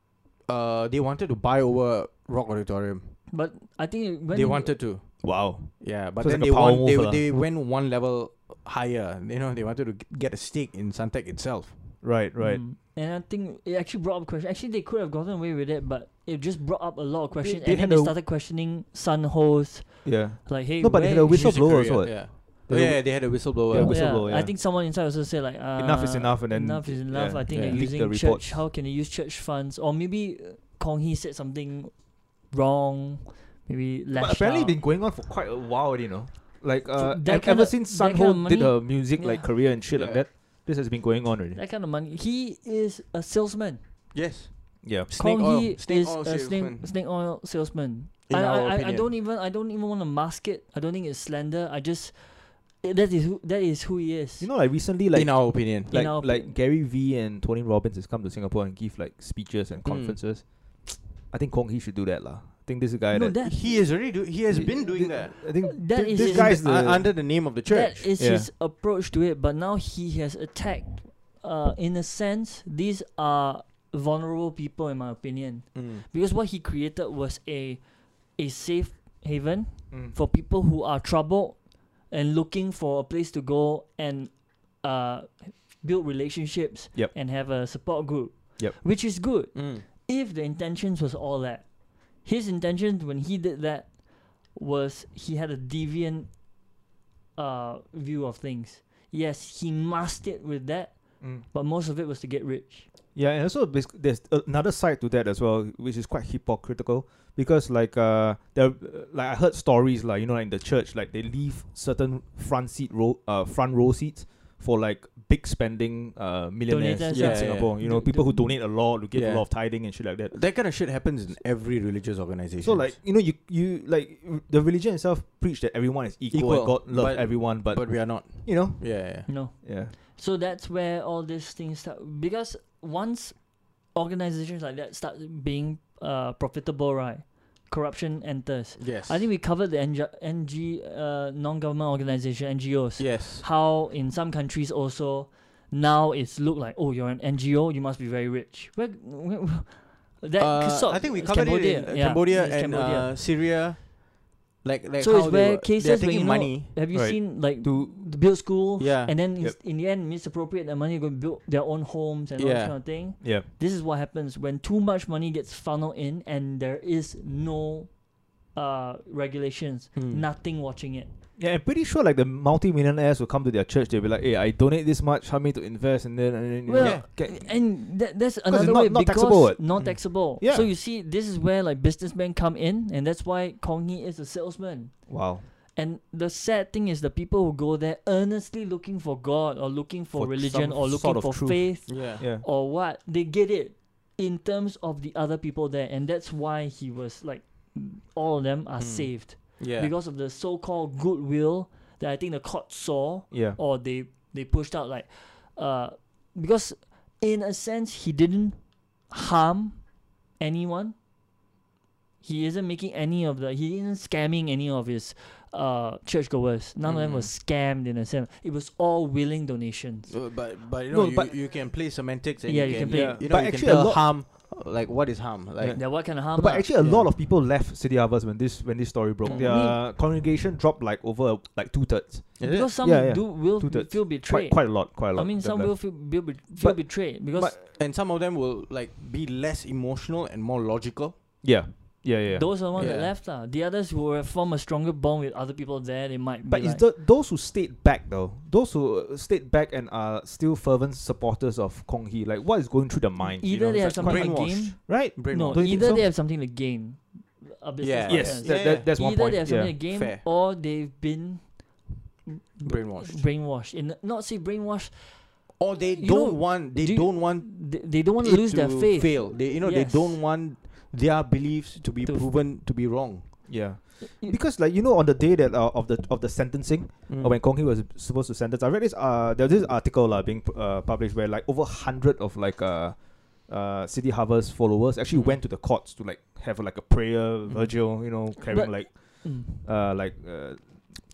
B: uh they wanted to buy over Rock Auditorium.
C: but I think when
B: they
C: you-
B: wanted to.
A: Wow.
B: Yeah, but
A: So it's
B: then
A: like
B: they,
A: a power
B: want, they
A: move lah.
B: they went one level higher. You know, they wanted to g- get a stake in Suntec itself.
A: Right. Right.
C: Mm. And I think it actually brought up question. Actually, they could have gotten away with it, but it just brought up a lot of questions,
A: they
C: and then
A: had
C: they
A: a-
C: started questioning Sun Host,
A: Yeah.
C: like, hey,
A: No, but they had
C: where
A: a
C: is-
A: whistle-
B: She's a
A: Whistleblower
B: Korean,
A: also what?
B: Yeah.
A: They
B: Oh, yeah, they had a whistleblower.
A: Yeah, whistleblower,
C: I
A: yeah.
C: think someone inside also said like uh,
A: Enough is enough, and then
C: enough is enough.
A: yeah,
C: I think
A: yeah.
C: they're
A: Leak the
C: using
A: reports.
C: church. How can they use church funds? Or maybe uh, Kong Hee said something wrong. Maybe
A: But
C: lashed
A: apparently,
C: out.
A: it's been going on for quite a while. You know, like uh,
C: that
A: ev-
C: kinda-
A: ever since
C: that kinda
A: Sunho did
C: money-
A: her music like
C: yeah.
A: career and shit like
B: Yeah.
A: that, this has been going on already.
C: that kind of money. He is a salesman.
B: Yes.
A: Yeah.
B: Snake
C: Kong
B: oil.
C: Hee
B: snake
C: is
B: oil
C: a snake,
B: salesman.
C: snake oil salesman.
B: In
C: I,
B: our
C: I, I, I
B: opinion.
C: don't even I don't even want to mask it. I don't think it's slander. I just eh, that is who that is who he is.
A: You know, like recently, like
B: in our opinion.
A: like
C: our
A: like
C: opinion.
A: Gary Vee and Tony Robbins has come to Singapore and give like speeches and
B: Mm.
A: conferences. I think Kong Hee should do that lah. I think this is a guy
C: no,
A: that,
C: that
B: He is already do- he has
A: He-
B: been doing
A: thi-
B: that.
A: I think
C: That
A: thi-
C: is
A: this
C: his-
A: guy's the
B: Uh, under the name of the church.
C: That is
A: Yeah.
C: his approach to it. But now he has attacked. Uh, in a sense, these are vulnerable people, in my opinion,
B: Mm.
C: because what he created was a a safe haven
A: Mm.
C: for people who are troubled and looking for a place to go and uh, build relationships
A: Yep.
C: and have a support group.
A: Yep.
C: Which is good
B: Mm.
C: if the intentions was all that. His intentions when he did that was he had a deviant uh, view of things. Yes, he masked it with that,
A: Mm.
C: but most of it was to get rich.
A: Yeah, and also basic- there's another side to that as well, which is quite hypocritical because like uh there like I heard stories like you know like in the church like they leave certain front seat row uh front row seats for like big spending uh millionaires
C: Donators,
A: in
B: yeah.
A: Singapore. You know,
C: Do-
A: people who
C: do-
A: donate a lot to give
B: Yeah.
A: a lot of tithing and shit like that.
B: That kind of shit happens in every religious organization.
A: So like you know you you like the religion itself preached that everyone is equal, and
B: Equal,
A: God loves
B: but-
A: everyone, but,
B: but we are not.
A: you know
B: Yeah.
C: You know.
A: yeah
C: So that's where all these things start because once organizations like that start being uh, profitable, right? Corruption enters.
B: Yes.
C: I think we covered the NG, NG uh, non-government organization NGOs.
B: Yes.
C: How in some countries also now it's look like oh you're an NGO you must be very rich. Where, where, where- that
B: Uh,
C: sort-
B: I think we
C: it's
B: covered
C: Cambodia.
B: it in uh,
C: yeah,
B: Cambodia
C: it's
B: and Uh, Syria. Like like
C: So it's
B: how
C: where
B: they were,
C: cases
B: they're
C: where,
B: taking
C: you know,
B: money.
C: Have you
A: Right.
C: seen like
A: to
C: to build schools?
B: Yeah.
C: And then
A: Yep.
C: ins- in the end, misappropriate the money, go build their own homes and all
B: Yeah.
C: this kind of thing.
A: yeah
C: this is what happens when too much money gets funneled in and there is no uh regulations
B: Hmm.
C: nothing watching it
A: yeah. I'm pretty sure like the multi-millionaires will come to their church. They'll be like, "Hey, I donate this much. Help me to invest," and then and then you
C: well
A: know, get-
C: and that, that's
A: it's
C: another
A: not-
C: way
A: not
C: because
A: taxable, what?
C: not
A: Mm.
C: taxable
A: Yeah.
C: so you see this is where like businessmen come in and that's why Kong Hee is a salesman
A: wow
C: and the sad thing is the people who go there earnestly looking for god or looking for,
A: For
C: religion
A: some
C: or looking
A: sort of
C: for
A: truth.
C: faith
B: Yeah.
A: yeah.
C: or what they get it in terms of the other people there and that's why he was like all of them are
B: Hmm.
C: saved
B: Yeah.
C: because of the so-called goodwill that I think the court saw
A: Yeah.
C: or they they pushed out like uh because in a sense he didn't harm anyone he isn't making any of the he isn't scamming any of his uh churchgoers none of them
B: Mm.
C: was scammed in a sense it was all willing donations
B: Uh, But but you know
A: No,
B: you,
A: but-
B: you can play semantics and
C: Yeah,
B: you,
C: you
B: can,
C: can play-
B: you know
A: But
B: you
A: actually a
B: can tell
A: lot-
B: harm like what is harm like
C: yeah what kind of harm
A: But
C: lah?
A: actually, a
B: Yeah.
A: lot of people left City Harvest when this when this story broke.
B: Mm.
A: Their
C: I
A: congregation dropped like over like two thirds,
B: Is it?
C: because some
A: Yeah, yeah.
C: do will
A: Two
C: be-
A: thirds.
C: feel
A: quite
C: betrayed
A: quite a lot, quite a lot.
C: I mean
A: that
C: some
A: left.
C: will feel, feel, be- feel
A: But-
C: betrayed because
A: but-
B: and some of them will like be less emotional and more logical.
A: Yeah, yeah, yeah.
C: Those are the ones that
B: Yeah.
C: left lah. The others who were form a stronger bond with other people there, they might.
A: But
C: be
A: it's
C: like,
A: the, those who stayed back though, those who uh, stayed back and are still fervent supporters of Kong Hee, like what is going through the mind? you
C: either
A: know?
C: they
A: It's
C: have
A: like quite-
C: something to
B: brainwashed.
C: gain.
A: right?
B: Brainwashed.
C: No,
A: Don't you think
C: either
A: so?
C: they have something to gain. A business
B: Yeah.
A: Yes,
C: partner.
A: that,
B: Yeah.
A: that, that's one
C: either
A: point.
C: they have
A: yeah.
C: something to gain,
B: Fair.
C: or they've been
B: brainwashed.
C: brainwashed. In not say brainwashed,
B: or they
C: You
B: don't
C: know,
B: want they
C: do you-
B: don't want
C: they, they don't want to
B: it
C: lose their
B: to
C: faith.
B: fail. They you know
C: Yes.
B: they don't want their beliefs to be
C: To f-
B: proven to be wrong.
A: Yeah,
C: Y-
A: because like you know, on the day that uh, of the of the sentencing,
C: Mm.
A: uh, when Kong Hee was supposed to sentence, I read this. Uh, there was this article uh, being uh, published where like over hundred of like uh, uh, City Harbour's followers actually
B: Mm.
A: went to the courts to like have like a prayer vigil, you know, carrying
C: Mm. But-
A: like
C: Mm.
A: uh, like uh,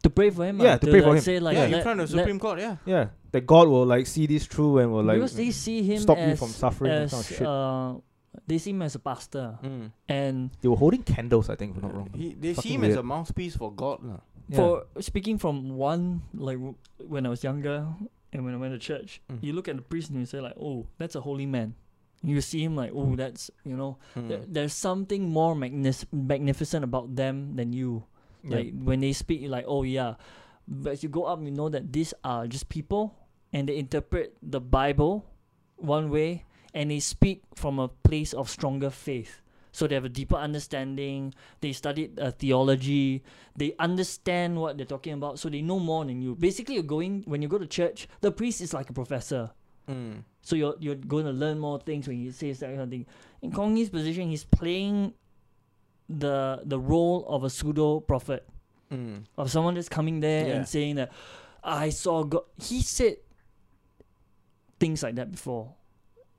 C: To pray for him.
A: Yeah,
C: ah,
A: to pray for him.
C: like, Say like
B: yeah, in
C: let-
B: front of
C: let-
B: Supreme Court. Yeah,
A: yeah, that God will like see this through and will like
C: because they see him
A: stop
C: as,
A: you from suffering and
C: As,
A: kind of shit.
C: uh, they see him as a pastor, and
A: they were holding candles, I think, if I'm not wrong.
B: Mm. He, they see
A: Fucking
B: him as
A: weird.
B: a mouthpiece for God. lah.
A: Yeah.
C: for speaking from one like w- when I was younger and when I went to church,
B: Mm.
C: you look at the priest and you say like, oh, that's a holy man. You see him like, oh, that's you know,
B: Mm.
C: th- there's something more magnis- magnificent about them than you.
A: Yeah.
C: Like when they speak, you're like, oh yeah. But as you go up, you know that these are just people and they interpret the Bible one way and they speak from a place of stronger faith. So they have a deeper understanding. They studied uh, theology. They understand what they're talking about. So they know more than you. Basically, you're going when you go to church. The priest is like a professor.
B: Mm.
C: So you're you're going to learn more things when he says that kind of thing. In Kong Yi's position, he's playing the the role of a pseudo prophet
B: Mm.
C: of someone that's coming there
B: Yeah.
C: and saying that I saw God. He said things like that before.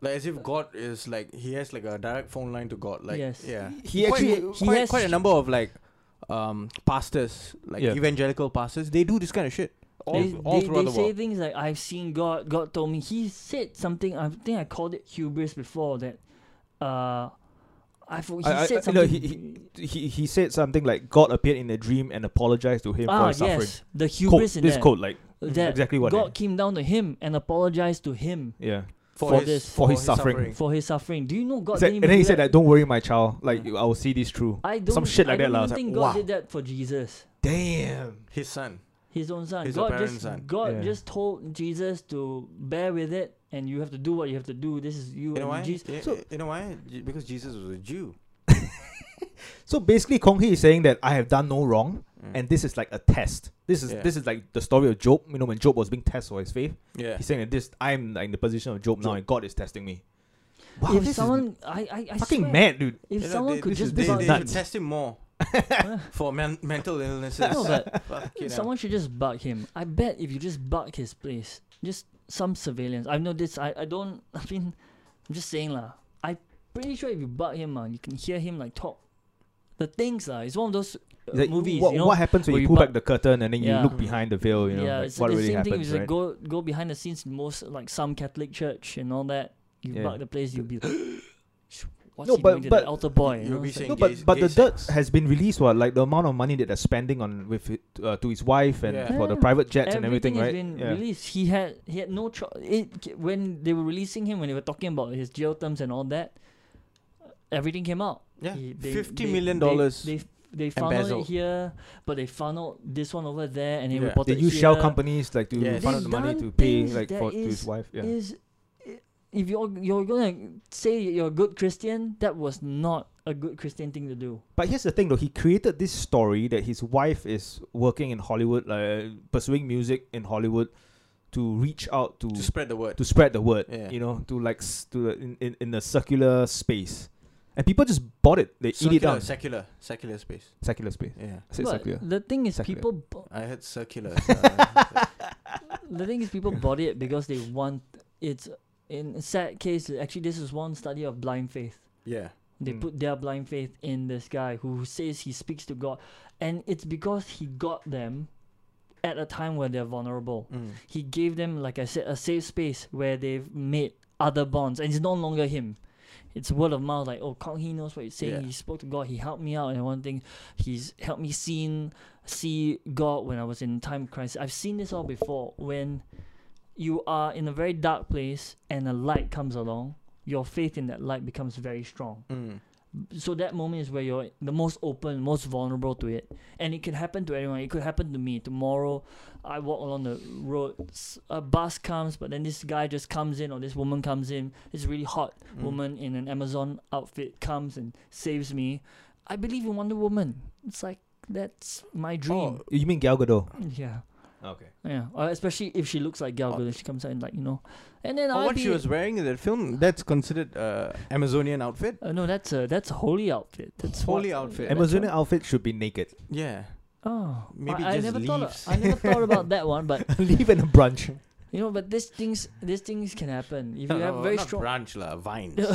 B: Like as if God is like he has like a direct phone line to God. Like
C: Yes.
B: yeah,
A: He
B: quite,
A: actually-
C: he
B: quite,
C: has-
B: quite a number of like um pastors, like
A: Yeah.
B: evangelical pastors. They do this kind of shit all,
C: they
B: all
C: they,
B: throughout the
C: they say
B: world.
C: things like I've seen God. God told me. He said something. I think I called it hubris before that. Uh, I for, he
A: I- I-
C: said
A: I-
C: something.
A: no, he- he he said something like God appeared in a dream and apologized to him for
C: ah
A: his suffering.
C: yes, the
A: Quote,
C: hubris in
A: this
C: that,
A: quote, like
C: that
A: exactly what.
C: God
A: it-
C: came down to him and apologized to him
A: yeah,
C: for
B: his,
C: this-
A: for his suffering.
C: for his suffering. Do you know God
A: He said-
C: didn't
A: and then
C: even
A: he
C: do
A: said
C: that?
A: that, "Don't worry, my child. Like I will see this through."
C: I don't
A: some shit
C: I
A: like that lah. I was
C: don't even
A: like,
C: think God
A: wow.
C: did that for Jesus.
A: Damn.
B: His son.
C: His own son.
B: His
C: God
B: apparent
C: just
B: son.
C: God
A: Yeah.
C: just told Jesus to bear with it, and you have to do what you have to do. This is you
B: You know why?
C: and Jesus.
B: Yeah,
A: So-
B: you know why? Je- Because Jesus was a Jew.
A: So basically, Kong Hee is saying that I have done no wrong,
C: Hmm.
B: Mm.
A: and this is like a test. This is
B: Yeah.
A: this is like the story of Job. You know, when Job was being tested for his faith,
B: yeah,
A: he's saying that this I'm like, in the position of Job now,
B: Job.
A: and God is testing me. Wow,
C: if
A: this is
C: someone, I, I, I
A: fucking
C: swear,
A: mad, dude.
C: If
B: You know,
C: someone
B: they-
C: could
A: this
C: just
A: this
B: they,
A: is
C: bug,
B: they
A: nuts.
B: should test him more for men- mental illnesses.
C: No, but
B: Fucking hell.
C: someone should just bug him. I bet if you just bug his place, just some surveillance. I've noticed. I, I don't. I mean, I'm just saying lah. I pretty sure if you bug him, man, you can hear him like talk. The things lah. It's one of those uh,
A: It's like,
C: movies.
A: What,
C: you know,
A: what happens when
C: where
A: you
C: you
A: pull
C: bu-
A: back the curtain and then you
C: Yeah.
A: look behind the veil? You know,
C: yeah,
A: like,
C: it's,
A: what
C: the
A: really
C: same thing.
A: happens,
C: Is
A: right?
C: like go go behind the scenes. in Most like some Catholic church and all that. You
A: Yeah.
C: bug the place. You'll be. "Sh- What's
A: No,
C: he
A: but-
C: doing to
A: but
C: that altar boy?
B: you'll be
C: it's
B: saying
C: like-
A: No,
B: gay-
A: but but
B: gay
A: the dirt
B: sex.
A: has been released. What like the amount of money that they're spending on with it, uh, to his wife and
B: Yeah.
A: for the
C: Yeah.
A: private jets and everything,
C: has
A: right?
C: been
A: yeah.
C: released. He had he had no choice. It when they were releasing him, when they were talking about his jail terms and all that, everything came out.
B: yeah,
C: He-
B: fifty
C: they-
B: million
C: they- they-
B: dollars.
C: They they funneled
B: embezzled.
C: it here, but they funneled this one over there, and they
A: They
B: Yeah.
C: reported
A: use shell
C: here.
A: companies like to
B: Yeah.
A: fund out
C: They've
A: the money
C: done
A: to pay
C: things
A: like
C: that
A: for to his
C: is-
A: wife. Yeah.
C: is i- if you're you're gonna say you're a good Christian, that was not a good Christian thing to do.
A: But here's the thing, though. He created this story that his wife is working in Hollywood, like pursuing music in Hollywood, to reach out to
B: to spread the word.
A: to spread the word.
B: Yeah.
A: You know, to like s- to the- in, in in a circular space, and people just bought it. They
B: circular,
A: eat it down.
B: secular, secular space.
A: Secular space.
B: Yeah,
A: I said
C: But
A: circular.
C: the thing is,
A: Secular.
C: people bu-
B: I heard circular. uh,
C: the thing is people bought it because they want it's in a sad case. Actually, this is one study of blind faith.
B: yeah,
C: They
A: Mm.
C: put their blind faith in this guy who says he speaks to God, and it's because he got them at a time where they're vulnerable.
B: mm.
C: He gave them, like I said, a safe space where they've made other bonds, and it's no longer him. It's word of mouth, like oh, Kong He knows what he's saying.
B: Yeah.
C: He spoke to God. He helped me out, and one thing, he's helped me seen see God when I was in time of crisis. I've seen this all before. When you are in a very dark place and a light comes along, your faith in that light becomes very strong.
B: Mm.
C: So that moment is where you're the most open, most vulnerable to it, and it can happen to anyone. It could happen to me tomorrow. I walk along the road, s- a bus comes, but then this guy just comes in or this woman comes in. This really hot
B: Mm.
C: woman in an Amazon outfit comes and saves me.
B: Oh.
C: I believe in Wonder Woman. It's like that's my dream.
A: You mean Gal Gadot?
C: Yeah.
D: Okay.
C: Yeah, or especially if she looks like Gal
B: Oh.
C: Gadot, she comes out and like you know, and then
B: Or
C: I'll
B: what
C: be.
B: she was wearing in that film, that's considered uh, Amazonian outfit.
C: uh, no, that's a that's a holy outfit. That's what-
B: Holy outfit.
C: that's
A: Amazonian
C: what-
A: outfit should be naked.
B: Yeah.
C: Oh,
B: maybe
C: I,
B: just
C: I never thought.
B: leaves.
C: I never thought about that one, but
A: Leave and a brunch.
C: you know, but these things, these things can happen. If you have very
B: not
C: strong.
B: branch la, vines.
A: A, no,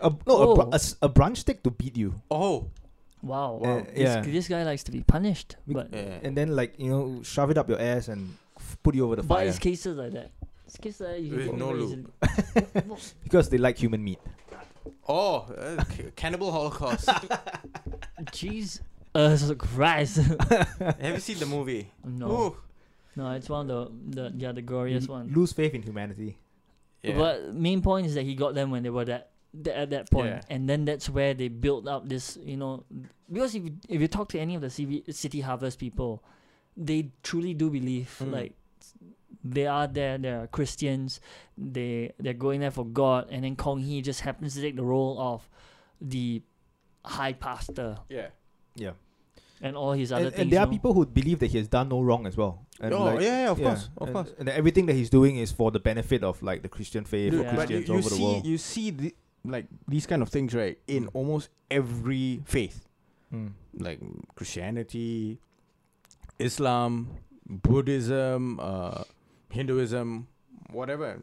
A: a,
C: Oh.
A: br- a, s- a brunch stick to beat you.
B: oh.
C: wow,
A: Uh,
C: this,
A: yeah.
C: this guy likes to be punished,
A: Bec-
C: but
B: Yeah.
A: And then, like, you know, shove it up your ass and f- put you over the
C: but
A: fire.
C: it's cases like that. It's cases like that you can
B: With
C: get
B: no
C: very
B: lube.
C: easily- No,
A: Because they like human meat.
B: oh, uh, c- cannibal holocaust.
C: Jeez, uh, Christ.
B: Have you seen the movie?
C: no,
B: Ooh. Mm.
C: no, it's one of the the yeah the glorious
A: You
C: one.
A: Lose faith in humanity.
B: Yeah.
C: But main point is that he got them when they were that, that at that point,
B: Yeah.
C: and then that's where they built up this, you know, because if you, if you talk to any of the CV, city harvest people, they truly do believe
A: Hmm.
B: Mm.
C: like they are there. They are Christians. They they're going there for God, and then Kong Hee just happens to take the role of the high pastor
B: yeah.
A: Yeah.
C: and all his other
A: And,
C: things.
A: and there are
C: you know.
A: people who believe that he has done no wrong as well. And
B: oh,
A: like,
B: yeah, yeah, of
A: yeah,
B: course. Of
A: and-
B: course.
A: And that everything that he's doing is for the benefit of, like, the Christian faith
C: Dude,
A: or
C: but you-
B: But you,
A: Christians
B: you
A: over the
B: see,
A: world.
B: you see the, like these kind of things, right, in almost every faith.
A: Mm.
B: like Christianity, Islam, Buddhism, uh, Hinduism, whatever.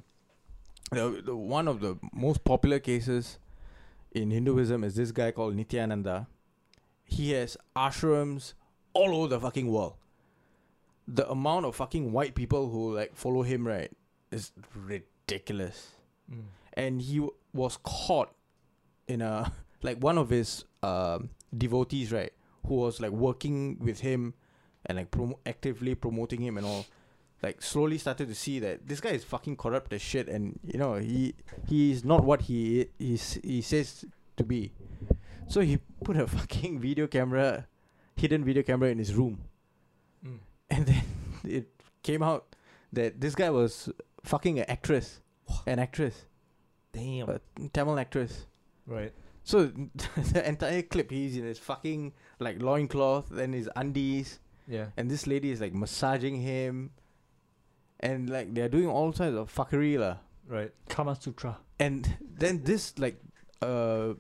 B: The, the, one of the most popular cases in Hinduism is this guy called Nityananda. He has ashrams all over the fucking world. The amount of fucking white people who like follow him, right, is ridiculous
A: Mm.
B: and he w- was caught in a like one of his um devotees right who was like working with him and like promo- actively promoting him and all like slowly started to see that this guy is fucking corrupt as shit and you know he he is not what he he, s- he says to be so he put a fucking video camera hidden video camera in his room
A: Mm.
B: and then it came out that this guy was fucking an actress an actress
A: Damn.
B: a Tamil actress.
A: right.
B: So the entire clip, he's in his fucking like loincloth and his undies,
A: Yeah.
B: and this lady is like massaging him, and like they're doing all kinds of fuckery lah.
A: Right.
C: Kama Sutra.
B: And then this like uh,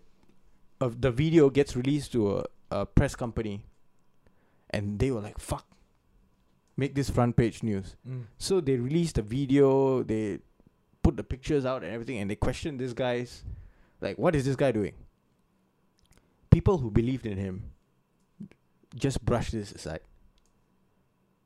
B: of the video gets released to a, a press company, and they were like, "Fuck, make this front page news."
A: Mm.
B: So they released the video, they put the pictures out and everything, and they questioned this guy's like, what is this guy doing? People who believed in him just brushed this aside.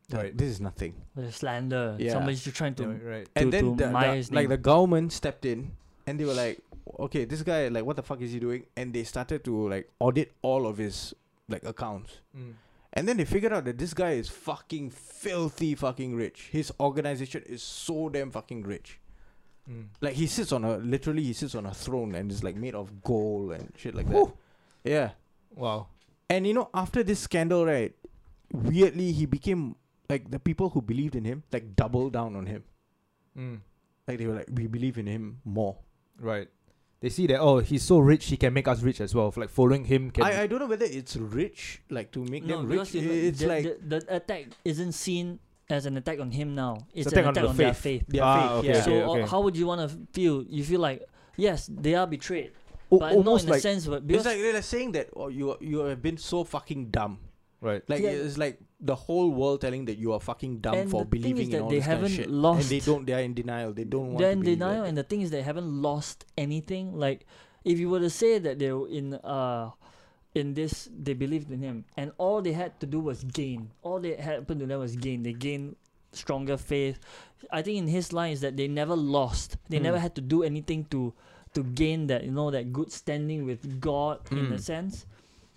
B: They're like,
A: Right.
B: this is nothing.
C: There's slander.
B: Yeah.
C: Somebody's just trying to.
A: Yeah, right.
B: And
C: to
B: then the,
C: Maya's
B: the, like
C: name.
B: the government stepped in and they were like, okay, this guy, like, what the fuck is he doing? And they started to like audit all of his like accounts.
A: Mm.
B: And then they figured out that this guy is fucking filthy fucking rich. His organization is so damn fucking rich.
A: Mm.
B: Like he sits on a literally he sits on a throne and is like made of gold and shit like that.
A: Whew.
B: Yeah.
A: Wow.
B: And you know, after this scandal, right, weirdly he became like the people who believed in him like doubled down on him.
A: Mm.
B: Like they were like, We believe in him more.
A: Right. They see that oh he's so rich he can make us rich as well. Like following him can
B: I, I don't know whether it's rich, like to make them
C: because
B: rich.
C: you know,
B: It's
C: the,
B: like
C: the, the attack isn't seen as an attack on him now. It's
A: attack
C: an
A: on
C: attack
A: the
C: on, their
A: faith.
C: faith.
B: their
A: Ah,
B: faith,
A: okay,
B: yeah.
C: so
A: okay.
C: uh, how would you want to feel? You feel like yes, they are betrayed,
A: O-
C: but not
A: almost
C: in the
A: like
C: sense but
B: It's
C: because
B: like they're saying that oh you you have been so fucking dumb.
A: right.
B: Like
C: Yeah.
B: it's like the whole world telling that you are fucking dumb
C: And
B: for
C: the thing is
B: believing in
C: that
B: all
C: they
B: this kind of
C: haven't
B: shit.
C: lost-
B: and they don't. They are in denial. They don't want.
C: they're
B: to
C: in
B: believe
C: denial,
B: that.
C: and the thing is they haven't lost anything. Like if you were to say that they were in uh in this they believed in him, and all they had to do was gain. All that happened to them was gain. They gained stronger faith. I think in his line is that they never lost. They
B: Hmm.
C: never
A: Mm.
C: had to do anything to to gain that you know that good standing with God in
A: Mm.
C: a sense.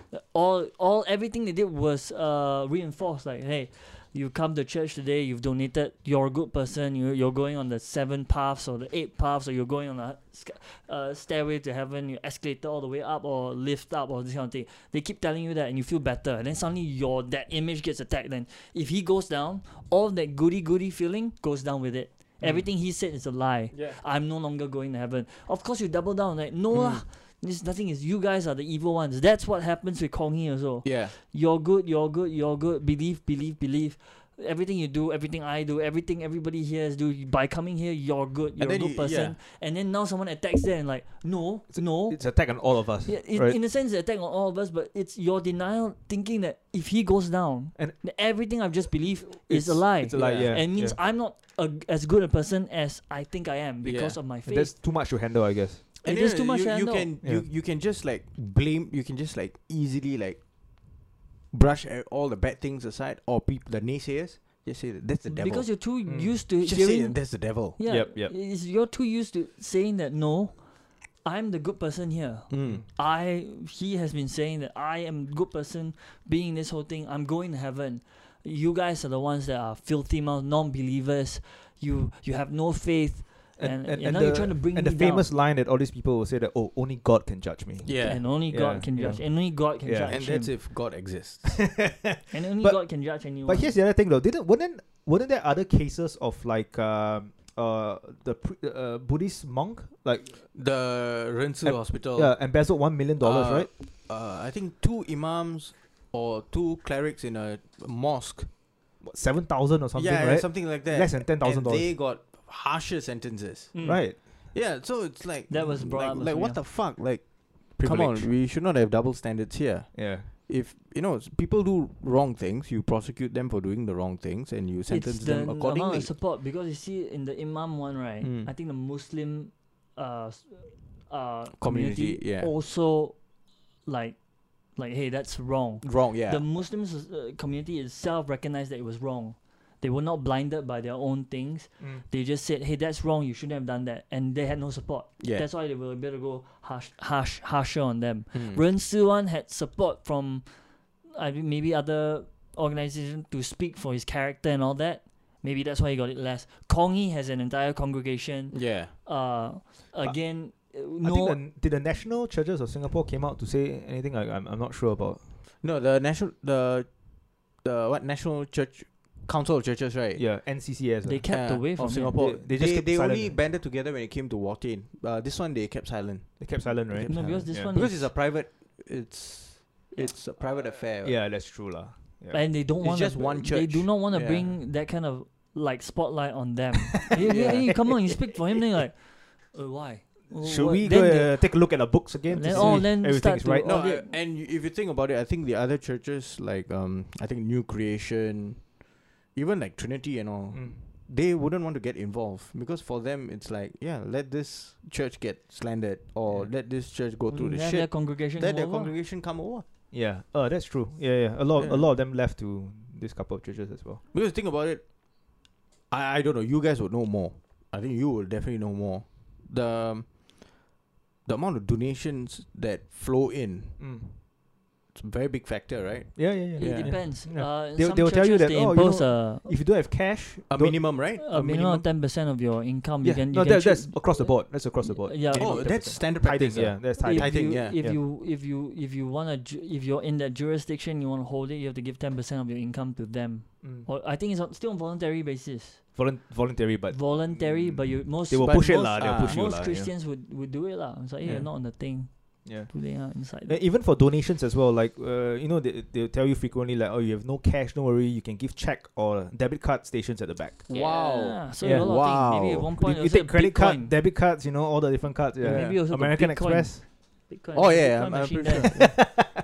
C: Uh, All all everything they did was uh reinforced like hey, you come to church today, you've donated, you're a good person, you you're going on the seven paths or the eight paths or you're going on a sc- uh, stairway to heaven, you escalator all the way up or lift up or this kind of thing. They keep telling you that and you feel better and then suddenly your that image gets attacked then if he goes down, all that goody goody feeling goes down with it. Everything he said is a lie.
B: Mm. Yeah.
C: I'm no longer going to heaven. Of course, you double down. Like, no,
B: Mm.
C: lah. This nothing is. You guys are the evil ones. That's what happens with Kong Hee also.
B: Yeah.
C: You're good. You're good. You're good. Believe, believe, believe. everything you do, everything I do, everything everybody here is do. By coming here, you're good. You're a
B: then
C: good
B: you-
C: person. And then now someone attacks there and like, no, no.
A: It's attack on all of us.
C: Yeah, it,
A: right?
C: in a sense, it's attack on all of us. But it's your denial, thinking that if he goes down,
A: And-
C: then everything I've just believed is a
A: It's-
C: lie.
A: It's a lie.
B: Yeah.
A: Yeah.
C: and it means
A: yeah.
C: I'm not a, as good a person as I think I am because of my
A: And that's
C: faith.
A: too much to handle, I guess.
C: It
B: then
C: is too much.
B: You,
C: to
B: you
C: handle.
B: can
A: Yeah.
B: you, you can just like blame. You can just like easily like brush e- all the bad things aside, or people the naysayers just say that that's the devil.
C: because you're too
A: Mm.
C: used to
B: just say
C: hearing
B: that that's the devil.
C: Yeah,
A: Yep, yep.
C: Is you're too used to saying that no, I'm the good person here.
B: Mm.
C: I he has been saying that I am good person being this whole thing. I'm going to heaven. You guys are the ones that are filthy mouth non-believers. You you have no faith, and, and, now you're trying to bring
A: and
C: me
A: the famous line that all these people will say that oh only God can judge me.
C: down.
B: Yeah,
C: And only
A: Yeah,
C: God can
A: yeah.
C: judge. And only God can
A: Yeah.
C: judge.
B: and that's
C: him.
B: if God exists.
C: And only
A: But-
C: God can judge anyone.
A: But here's the other thing though. Didn't weren't weren't there other cases of like um uh the pri- uh, Buddhist monk like
B: the Rensu
A: Ab-
C: Oh.
B: Hospital.
A: yeah embezzled one million dollars
B: uh,
A: right?
B: Uh, I think two imams or two clerics in a mosque.
A: What, Seven thousand or something
B: yeah,
A: right?
B: something like that.
A: Less than ten thousand
B: and
A: dollars.
B: they got harsher sentences.
C: Mm.
A: Right.
B: Yeah, so it's like
C: That was brought
B: like,
C: up as
B: like
C: well.
B: what the fuck? Like, come
A: Privilege.
B: on, we should not have double standards here.
A: Yeah.
B: If you know s- people do wrong things, you prosecute them for doing the wrong things, and you sentence
C: it's the
B: them
C: n- amount
B: accordingly.
C: of support because you see in the imam one right
A: Hmm.
B: Mm.
C: i think the muslim uh, s- uh
B: Community, yeah.
C: also like like hey that's wrong
B: Wrong, yeah.
C: the muslim s- uh, community itself recognized that it was wrong they were not blinded by their own things they just said hey that's wrong you shouldn't have done that and they had no support
B: yeah.
C: that's why they were able to go harsh harsh harsher on them
B: Mm.
C: Ren Siwan had support from I mean, maybe other organization to speak for his character and all that. Maybe that's why he got it less. Kongi has an entire congregation.
B: yeah.
C: Uh, again, uh,
A: Mm. I think
C: no.
A: the, did the National Churches of Singapore came out to say anything? I, I'm I'm not sure about.
B: No, the national, the, the what national church, council of churches, right?
A: Yeah, NCCS.
C: They
A: uh,
C: kept
B: Uh,
C: away from
B: of
C: it.
B: Singapore.
A: They- they just kept
B: they
A: silent.
B: only banded together when it came to Watin. Uh, this one they kept silent
A: they kept silent, right?
B: kept
C: No, because this
A: yeah.
C: one
B: because
C: is-
B: it's a private. It's it's a private affair.
A: Yeah, that's true lah. Yeah.
C: and they don't
B: It's
C: want
B: just one
C: They do
B: church.
C: not want to
B: Yeah.
C: bring that kind of like spotlight on them. You- you-
B: Yeah.
C: you come on, you speak for him. Then you're like, uh, why? Uh,
A: Should
C: what?"
A: we
C: Then
A: go
C: they-
A: uh, take a look at the books again?
C: Then-
A: to
C: oh,
A: see
C: then
A: everything
C: start
A: is
C: to-
A: right.
B: No,
C: Oh, yeah.
B: I, and y- if you think about it, I think the other churches like um, I think New Creation, even like Trinity and all,
A: Mm.
B: they wouldn't want to get involved because for them it's like yeah, let this church get slandered or
A: Yeah.
B: let this church go through the
C: Mm, let their
B: shit.
C: congregation
B: Let
C: go
B: their
C: over.
B: congregation come over.
A: Yeah. Oh, that's true. Yeah, yeah. A lot,
B: Yeah.
A: a lot of them left to this couple of churches as well.
B: Because think about it, I I don't know. You guys would know more. I think you will definitely know more. The um, the amount of donations that flow in,
A: Mm.
B: it's a very big factor, right?
A: Yeah, yeah, yeah.
C: It
B: Yeah.
C: depends.
A: Yeah.
C: Uh, in
A: They-
C: some
A: they will tell you
C: churches,
A: that,
C: they
A: "Oh, you
C: impose
A: know,
C: a
A: If you don't have cash,
B: A
A: don't-
B: minimum, right?
C: a minimum of ten percent of your income.
A: Yeah,
C: you can.
A: no,
C: you can
A: that, that's
C: choose-
A: across the board. That's across the board.
C: Yeah.
B: Oh,
A: Minimum
B: that's
A: 10%.
B: standard
A: Tithing,
B: practice.
A: yeah, that's
C: if
A: tithing.
B: I think,
C: you,
B: yeah.
C: If
A: Yeah.
C: you if you if you want to ju- if you're in that jurisdiction, you want to hold it, you have to give ten percent of your income to them.
A: Mm.
C: Or I think it's on, still on voluntary basis.
A: Volun- voluntary, but
C: voluntary,
A: mm,
C: but you most
A: they will
B: but
A: push it
B: most-
A: lah. They
B: ah,
A: will push you
C: most
A: lah. yeah.
C: Christians would, would do it lah. It's like, hey,
A: Yeah.
C: you're not on the thing.
A: Yeah.
C: Too late ah, inside.
A: Uh, even for donations as well, like uh, you know, they they tell you frequently like, oh, you have no cash, don't worry, you can give check or debit card stations at the back.
C: Yeah, So
A: Yeah.
C: a lot of things. Maybe at
B: Wow.
C: one
A: You,
C: point
A: you
C: also
A: take credit card,
C: Bitcoin.
A: debit cards, you know, all the different cards. Yeah,
C: Yeah, maybe also got
A: American
C: Bitcoin.
A: Express.
C: Bitcoin,
B: Oh yeah,
C: Bitcoin
B: I'm, I'm
C: machine
B: pretty sure.
C: there.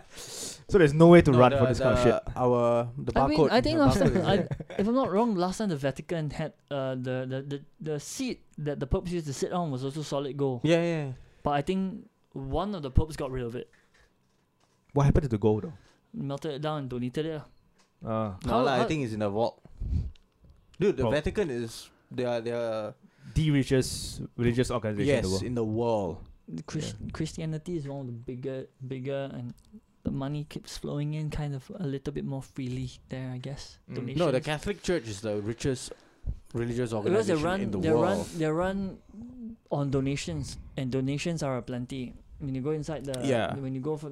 A: So there's no way to
B: No,
A: run
B: the-
A: for this kind of
B: the-
A: shit.
B: Our the
C: I mean,
B: barcode.
C: I think
B: the
C: last time,
B: barcode is
C: I,
B: there.
C: if I'm not wrong, last time the Vatican had uh, the, the, the, the seat that the popes used to sit on was also solid gold.
B: yeah, yeah, yeah.
C: But I think one of the popes got rid of it,
A: What happened to the gold
C: melted it down and donated it.
A: though? Uh,
B: No,
C: How-
B: lah,
C: how-
B: I think it's in a vault. Dude, the
A: Vault.
B: Vatican is they are they are
A: the richest religious organization in the
B: yes
A: world.
B: in the world.
C: The Chris- Christianity is one of the bigger, bigger, and the money keeps flowing in kind of a little bit more freely there, I guess.
A: Mm.
C: Donations.
B: No, the Catholic Church is the richest religious
C: because they
B: organization
C: run,
B: in the
C: they run,
B: world.
C: they run on donations, and donations are aplenty. When you go inside the,
B: Yeah.
C: when you go for,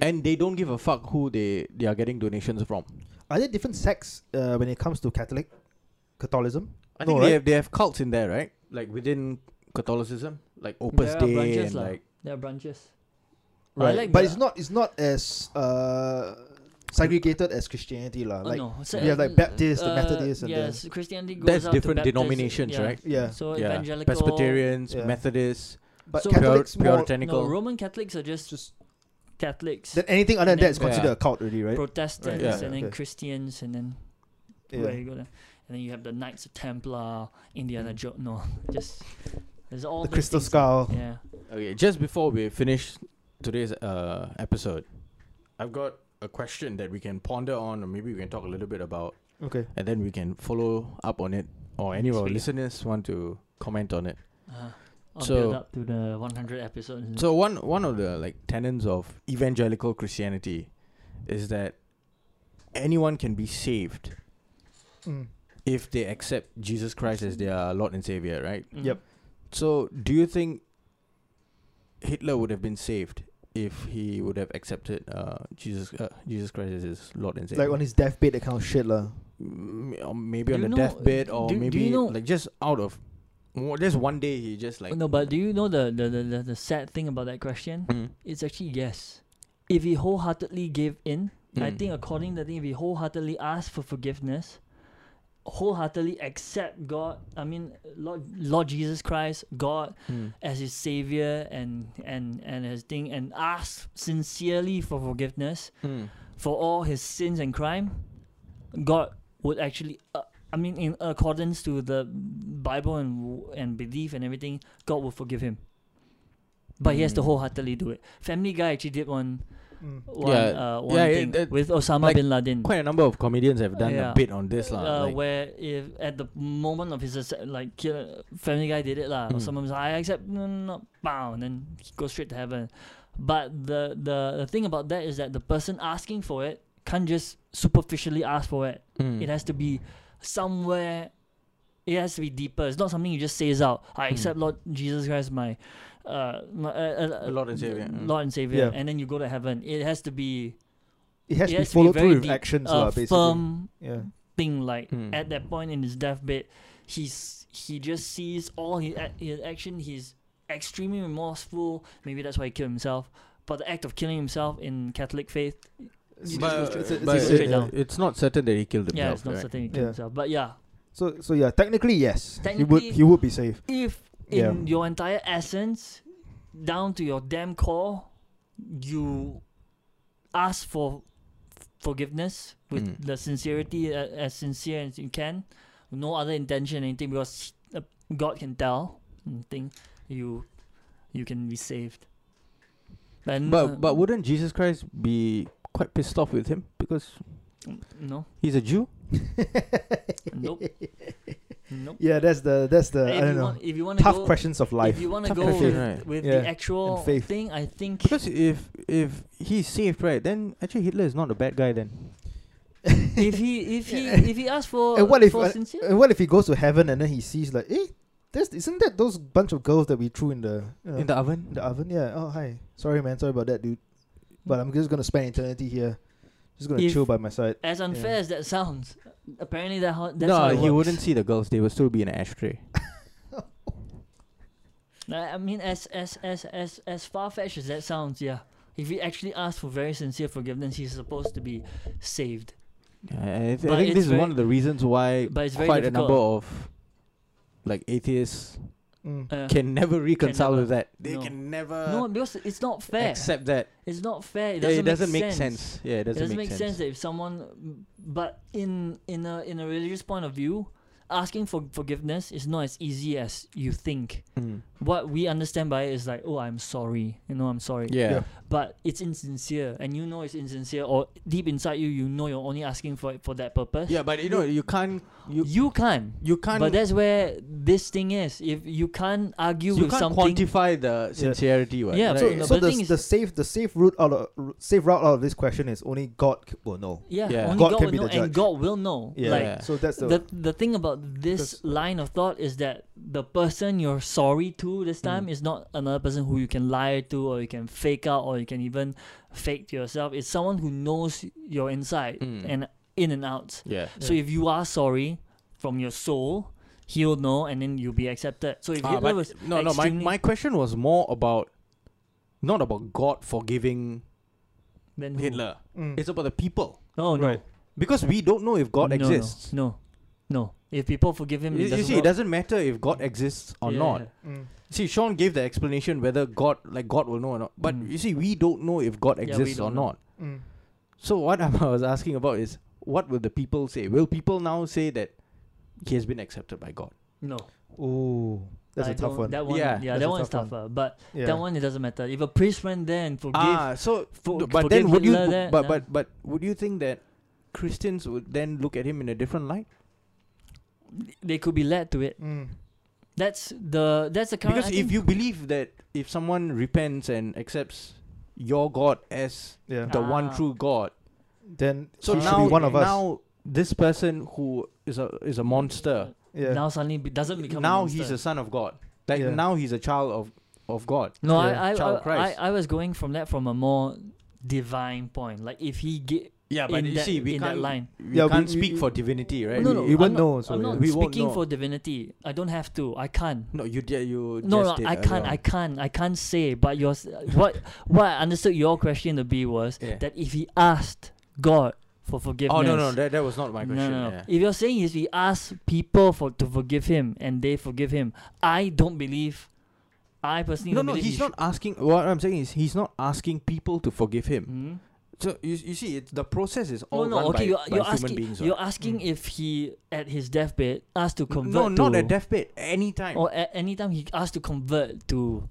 B: and they don't give a fuck who they they are getting donations from.
D: Are there different sects uh, when it comes to Catholic Catholicism?
B: I
D: No,
B: think
D: right?
B: they have they have cults in there, right? Like within Catholicism, like Opus
C: There are
B: Dei
C: branches
B: and
C: lah.
B: like
C: there are branches. I
D: Right.
C: like
D: but
C: the-
D: it's not it's not as uh segregated as Christianity, lah.
C: Oh,
D: Like
C: no.
D: we have, like,
C: uh,
D: Baptist, the
C: uh,
D: Methodist, and the-
C: yes, Christianity goes
B: That's
C: up to
B: different
C: Baptist,
B: denominations,
C: yeah.
B: right?
D: yeah,
C: So
B: yeah.
C: evangelical,
B: Presbyterians,
D: Yeah.
B: Methodists,
D: but
C: so-
B: pure,
D: Catholics more
B: puritanical.
C: No, Roman Catholics are just, Catholics,
D: than anything other than that is
B: Yeah.
D: considered a cult already, right?
C: Protestants,
B: yeah,
C: and then
D: okay.
C: Christians, and then
D: Yeah.
C: where you go there. and then you have the Knights of Templar, Indiana Jones. No, just there's
D: Mm.
C: all
D: The
C: these
D: crystal
C: things.
D: skull.
C: Yeah.
B: Okay, just before we finish today's uh, episode, I've got a question that we can ponder on, or maybe we can talk a little bit about,
D: Okay.
B: and then we can follow up on it, or any of our
C: Sweet.
B: listeners want to comment on it.
C: Uh, I'll
B: So-
C: build up to the 100 episodes.
B: So one one of the like tenets of evangelical Christianity is that anyone can be saved
D: Mm.
B: if they accept Jesus Christ as their Lord and Savior, right?
C: Mm.
D: Yep.
B: So, do you think Hitler would have been saved if he would have accepted uh, Jesus uh, Jesus Christ as his Lord and Savior?
D: Like on his deathbed, that kind of shit, lah.
B: M- or maybe
C: Do
B: on
C: you
B: the
C: know-
B: deathbed, or
C: do- do you
B: maybe
C: know-
B: like just out of mo- just one day he just like
C: no, but do you know the the, the, the the sad thing about that question?
B: Mm,
C: It's actually yes. If he wholeheartedly gave in, I
B: mm.
C: think according to the thing, if he wholeheartedly asked for forgiveness, wholeheartedly accept God, I mean Lord, Lord Jesus Christ, God
B: Mm.
C: as his savior and and and his thing, and ask sincerely for forgiveness
B: Mm.
C: for all his sins and crime, God would actually, uh, I mean, in accordance to the Bible and and belief and everything, God will forgive him. But he has to
B: Mm.
C: wholeheartedly do it. Family Guy actually did one,
D: Mm.
C: one,
B: Yeah,
C: uh, one
B: yeah, it-
C: thing
B: that-
C: with Osama
B: like,
C: bin Laden.
B: Quite a number of comedians have done
C: Yeah.
B: a bit on this, lah.
C: Uh,
B: like,
C: where if at the moment of his asc- like kill, Family Guy did it lah,
D: Hmm.
C: or
B: Mm.
C: someone was like, I accept, no, no, no, bow, and then he goes straight to heaven. But the, the the thing about that is that the person asking for it can't just superficially ask for it.
D: Hmm.
B: Mm.
C: It has to be somewhere. It has to be deeper. It's not something you just says out.
D: Hmm.
B: Mm.
C: I accept Lord Jesus Christ, my, uh, my uh, uh, uh,
B: Lord and Savior, mm.
C: Lord and Savior,
D: Yeah.
C: and then you go to heaven. It has to be
D: It has to
C: it
D: be
C: has to be
D: followed
C: very
D: through with
C: deep,
D: actions,
C: uh,
D: lah. Basically.
C: firm
D: Yeah.
C: thing like
B: Mm.
C: at that point in his deathbed he's he just sees all his, ac- his action he's extremely remorseful maybe that's why he killed himself but the act of killing himself in catholic faith
D: It's-
B: But-
D: it's- it's-
B: but
C: it's
B: it-
C: straight down.
B: it's not certain that he killed
C: yeah
B: himself.
C: it's not
B: right?
C: certain he killed
D: Yeah.
C: himself but yeah
D: So so yeah, technically yes, he would
C: Technically-
D: he would be safe.
C: if
D: Yeah.
C: in your entire essence down to your damn core you ask for forgiveness with
B: Mm.
C: the sincerity uh, as sincere as you can with no other intention anything because uh, god can tell and think you you can be saved and uh,
B: But but wouldn't Jesus Christ be quite pissed off with him because
C: no
B: he's a Jew?
C: nope nope
D: Yeah, that's the that's the
C: if,
D: Uh, I don't
C: you
D: know
C: want, if you want to
D: tough
C: go
D: questions of life.
C: if you want to
B: Tough
C: go
B: question,
C: with,
B: right.
C: with
D: Yeah,
C: the
D: and
C: actual
D: faith.
C: thing i think
B: Because if if he's saved, right, then actually Hitler is not a bad guy then.
C: if he if he if he asks for
D: And what if
C: for
D: uh,
C: sincere,
D: and what if he goes to heaven and then he sees like, eh, there's isn't that those bunch of girls that we threw in the you know,
B: In the oven?
D: in the oven? Yeah. Oh hi, sorry man, sorry about that, dude. But I'm just gonna spend eternity here, just gonna
C: If-
D: chill by my side.
C: as unfair as that sounds, apparently that ho- that's how
B: no,
C: it
B: he
C: works.
B: wouldn't see the girls. They would still be in an ashtray.
C: No, I mean, as as as as as far fetched as that sounds, yeah. If he actually asks for very sincere forgiveness, he's supposed to be saved.
B: I, I, th-
C: But
B: I think
C: it's
B: this is
C: very-
B: one of the reasons why
C: But it's very
B: quite a
C: difficult.
B: number of like atheists
D: Mm.
C: Uh,
B: can never reconcile
C: never.
B: with that. They
C: No.
B: can never
C: no, because it's not fair.
B: uh, accept that.
C: it's not fair. It
B: Yeah,
C: doesn't,
B: make, sense. Yeah, it
C: It
B: doesn't,
C: doesn't make sense that if someone, but in in a in a religious point of view, asking for forgiveness is not as easy as you think.
B: Mm.
C: What we understand by it is like, oh, I'm sorry. You know, I'm sorry.
B: Yeah.
D: Yeah.
C: but it's insincere and you know it's insincere or deep inside you you know you're only asking for it for that purpose
B: Yeah, but you know you can't you
C: you can
B: you can't
C: but that's where this thing is if you can't argue
B: you
C: with
B: can't
C: something
B: quantify the sincerity. what,
C: Yeah,
B: right?
C: so-
D: So,
C: no,
D: so
C: but the
D: the,
C: thing
D: the,
C: is-
D: safe the safe route out of r- safe route out of this question is only God c- will know.
C: yeah,
B: Yeah.
C: only
D: God
C: god,
D: can
C: will
D: be
C: know
D: the
C: and
D: judge.
C: god will know
D: Yeah.
C: like
B: Yeah.
D: So that's the,
C: the the thing about this line of thought is that the person you're sorry to this time
B: Mm.
C: is not another person who you can lie to or you can fake out or you can even fake to yourself it's someone who knows your inside
B: Mm.
C: and in and out
B: yeah.
C: So if you are sorry from your soul, he'll know, and then you'll be accepted. So if
B: Ah,
C: Hitler
B: but-
C: was
B: no, no. My,
C: extremely-
B: my question was more about not about God forgiving
C: then who?
B: Hitler.
D: Mm.
B: It's about the people.
C: No, no,
A: Right.
B: Because we don't know if God
C: no, no,
B: exists.
C: No, no, If people forgive him,
B: You, you
C: it doesn't
B: see, it doesn't matter if God exists or
C: Yeah,
B: not.
C: yeah.
D: mm,
B: See, Sean gave the explanation whether God, like God, will know or not. But
C: Mm.
B: you see, we don't know if God
C: we
B: exists or
C: don't know.
B: not.
D: mm.
B: So what I was asking about is, what will the people say? Will people now say that he has been accepted by God?
C: No,
D: Ooh, that's a
C: I
D: tough
C: don't-
D: one.
C: That one,
B: Yeah,
C: yeah,
D: that's a
C: that one's
D: tough one.
C: tougher. But
D: yeah.
C: that one, it doesn't matter. If a priest went there and forgave,
B: Ah, so
C: for,
B: no, but
C: forgave
B: then would you?
C: Hitler
B: bu-
C: there,
B: but
C: nah.
B: but but would you think that Christians would then look at him in a different light?
C: they could be led to it.
D: Mm.
C: That's the that's the current.
B: Because
C: I
B: if
C: think-
B: you believe that if someone repents and accepts your God as
D: Yeah.
B: the one
C: Ah.
B: true God,
D: Then
B: so
D: he
B: now
D: should be one of us.
B: now this person who is a is a monster
D: yeah.
C: now suddenly be, doesn't become.
B: now
C: a
B: he's
C: monster.
B: a son of God. Like
D: Yeah.
B: now he's a child of of God.
C: No,
D: Yeah.
C: I I,
B: Child of
C: I,
B: Christ.
C: I I was going from that from a more divine point. Like if he get
B: Yeah,
C: in that, in that line.
B: we
D: Yeah, we-
B: can't
D: we-
B: speak
D: we-
B: for divinity, right?
D: No,
B: We-
D: no,
B: we-
D: won't
C: I'm
D: know,
C: Not,
D: so
C: I'm
D: yeah.
C: not
B: We won't
C: speaking
B: know.
C: for divinity. I don't have to. I can't.
B: no, you did you
C: No,
B: just
C: no,
B: did
C: I can't.
B: earlier.
C: I can't. I can't say. But your s- what what I understood your question to be was
B: Yeah.
C: that if he asked God for forgiveness.
B: Oh no, no, that, that was not my
C: No,
B: question.
C: no, no.
B: yeah.
C: If you're saying is he asked people for to forgive him and they forgive him, I don't believe. I personally
B: No,
C: don't
B: no,
C: believe
B: he's
C: he should-
B: not asking. What I'm saying is, he's not asking people to forgive him.
C: Hmm?
B: So you, you see, it's, the process is
C: No,
B: all
C: no,
B: run
C: okay.
B: by,
C: you're,
B: by
C: you're
B: human
C: asking.
B: beings. what?
C: you're asking if he at his deathbed asked to convert.
B: no, not
C: to- Oh,
B: at deathbed. Anytime.
C: Or at any time he asked to convert to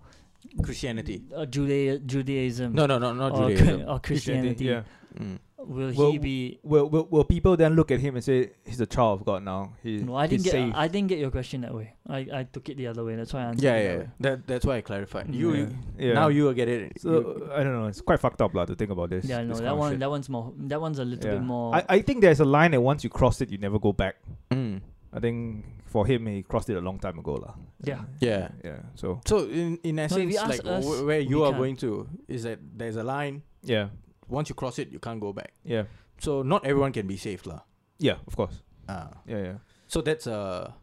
B: Christianity.
C: uh, Judea- Judaism.
B: No, no, no, not
C: or,
B: Judaism.
C: or Christianity.
A: Yeah.
B: Mm.
C: Will he
A: Well,
C: be?
A: Will, will, will people then look at him and say he's a child of God now? He,
C: No, I didn't
A: he's
C: get.
A: saved.
C: I didn't get your question that way. I, I took it the other way. That's why I answered.
B: Yeah,
C: it
B: yeah.
C: that
B: yeah.
C: way.
B: That that's why I clarified. You,
A: Yeah.
B: you-
A: Yeah.
B: now you will get it.
A: So I don't know. It's quite fucked up, lah, to think about this.
C: Yeah, no,
A: this kind
C: that
A: of
C: one,
A: shit.
C: that one's more, that one's a little
A: Yeah.
C: bit more.
A: I, I think there's a line that once you cross it, you never go back.
B: You- mm.
A: I think for him, he crossed it a long time ago, lah.
C: Yeah.
B: Yeah.
A: Yeah. So
B: So in in essence,
C: you ask
B: like
C: us,
B: wh- where
C: we
B: you are
C: can't.
B: going to is that there's a line.
A: yeah,
B: Once you cross it, you can't go back.
A: yeah,
B: So not everyone can be saved, lah.
A: yeah. Of course.
B: Ah.
A: Yeah, yeah.
B: So that's a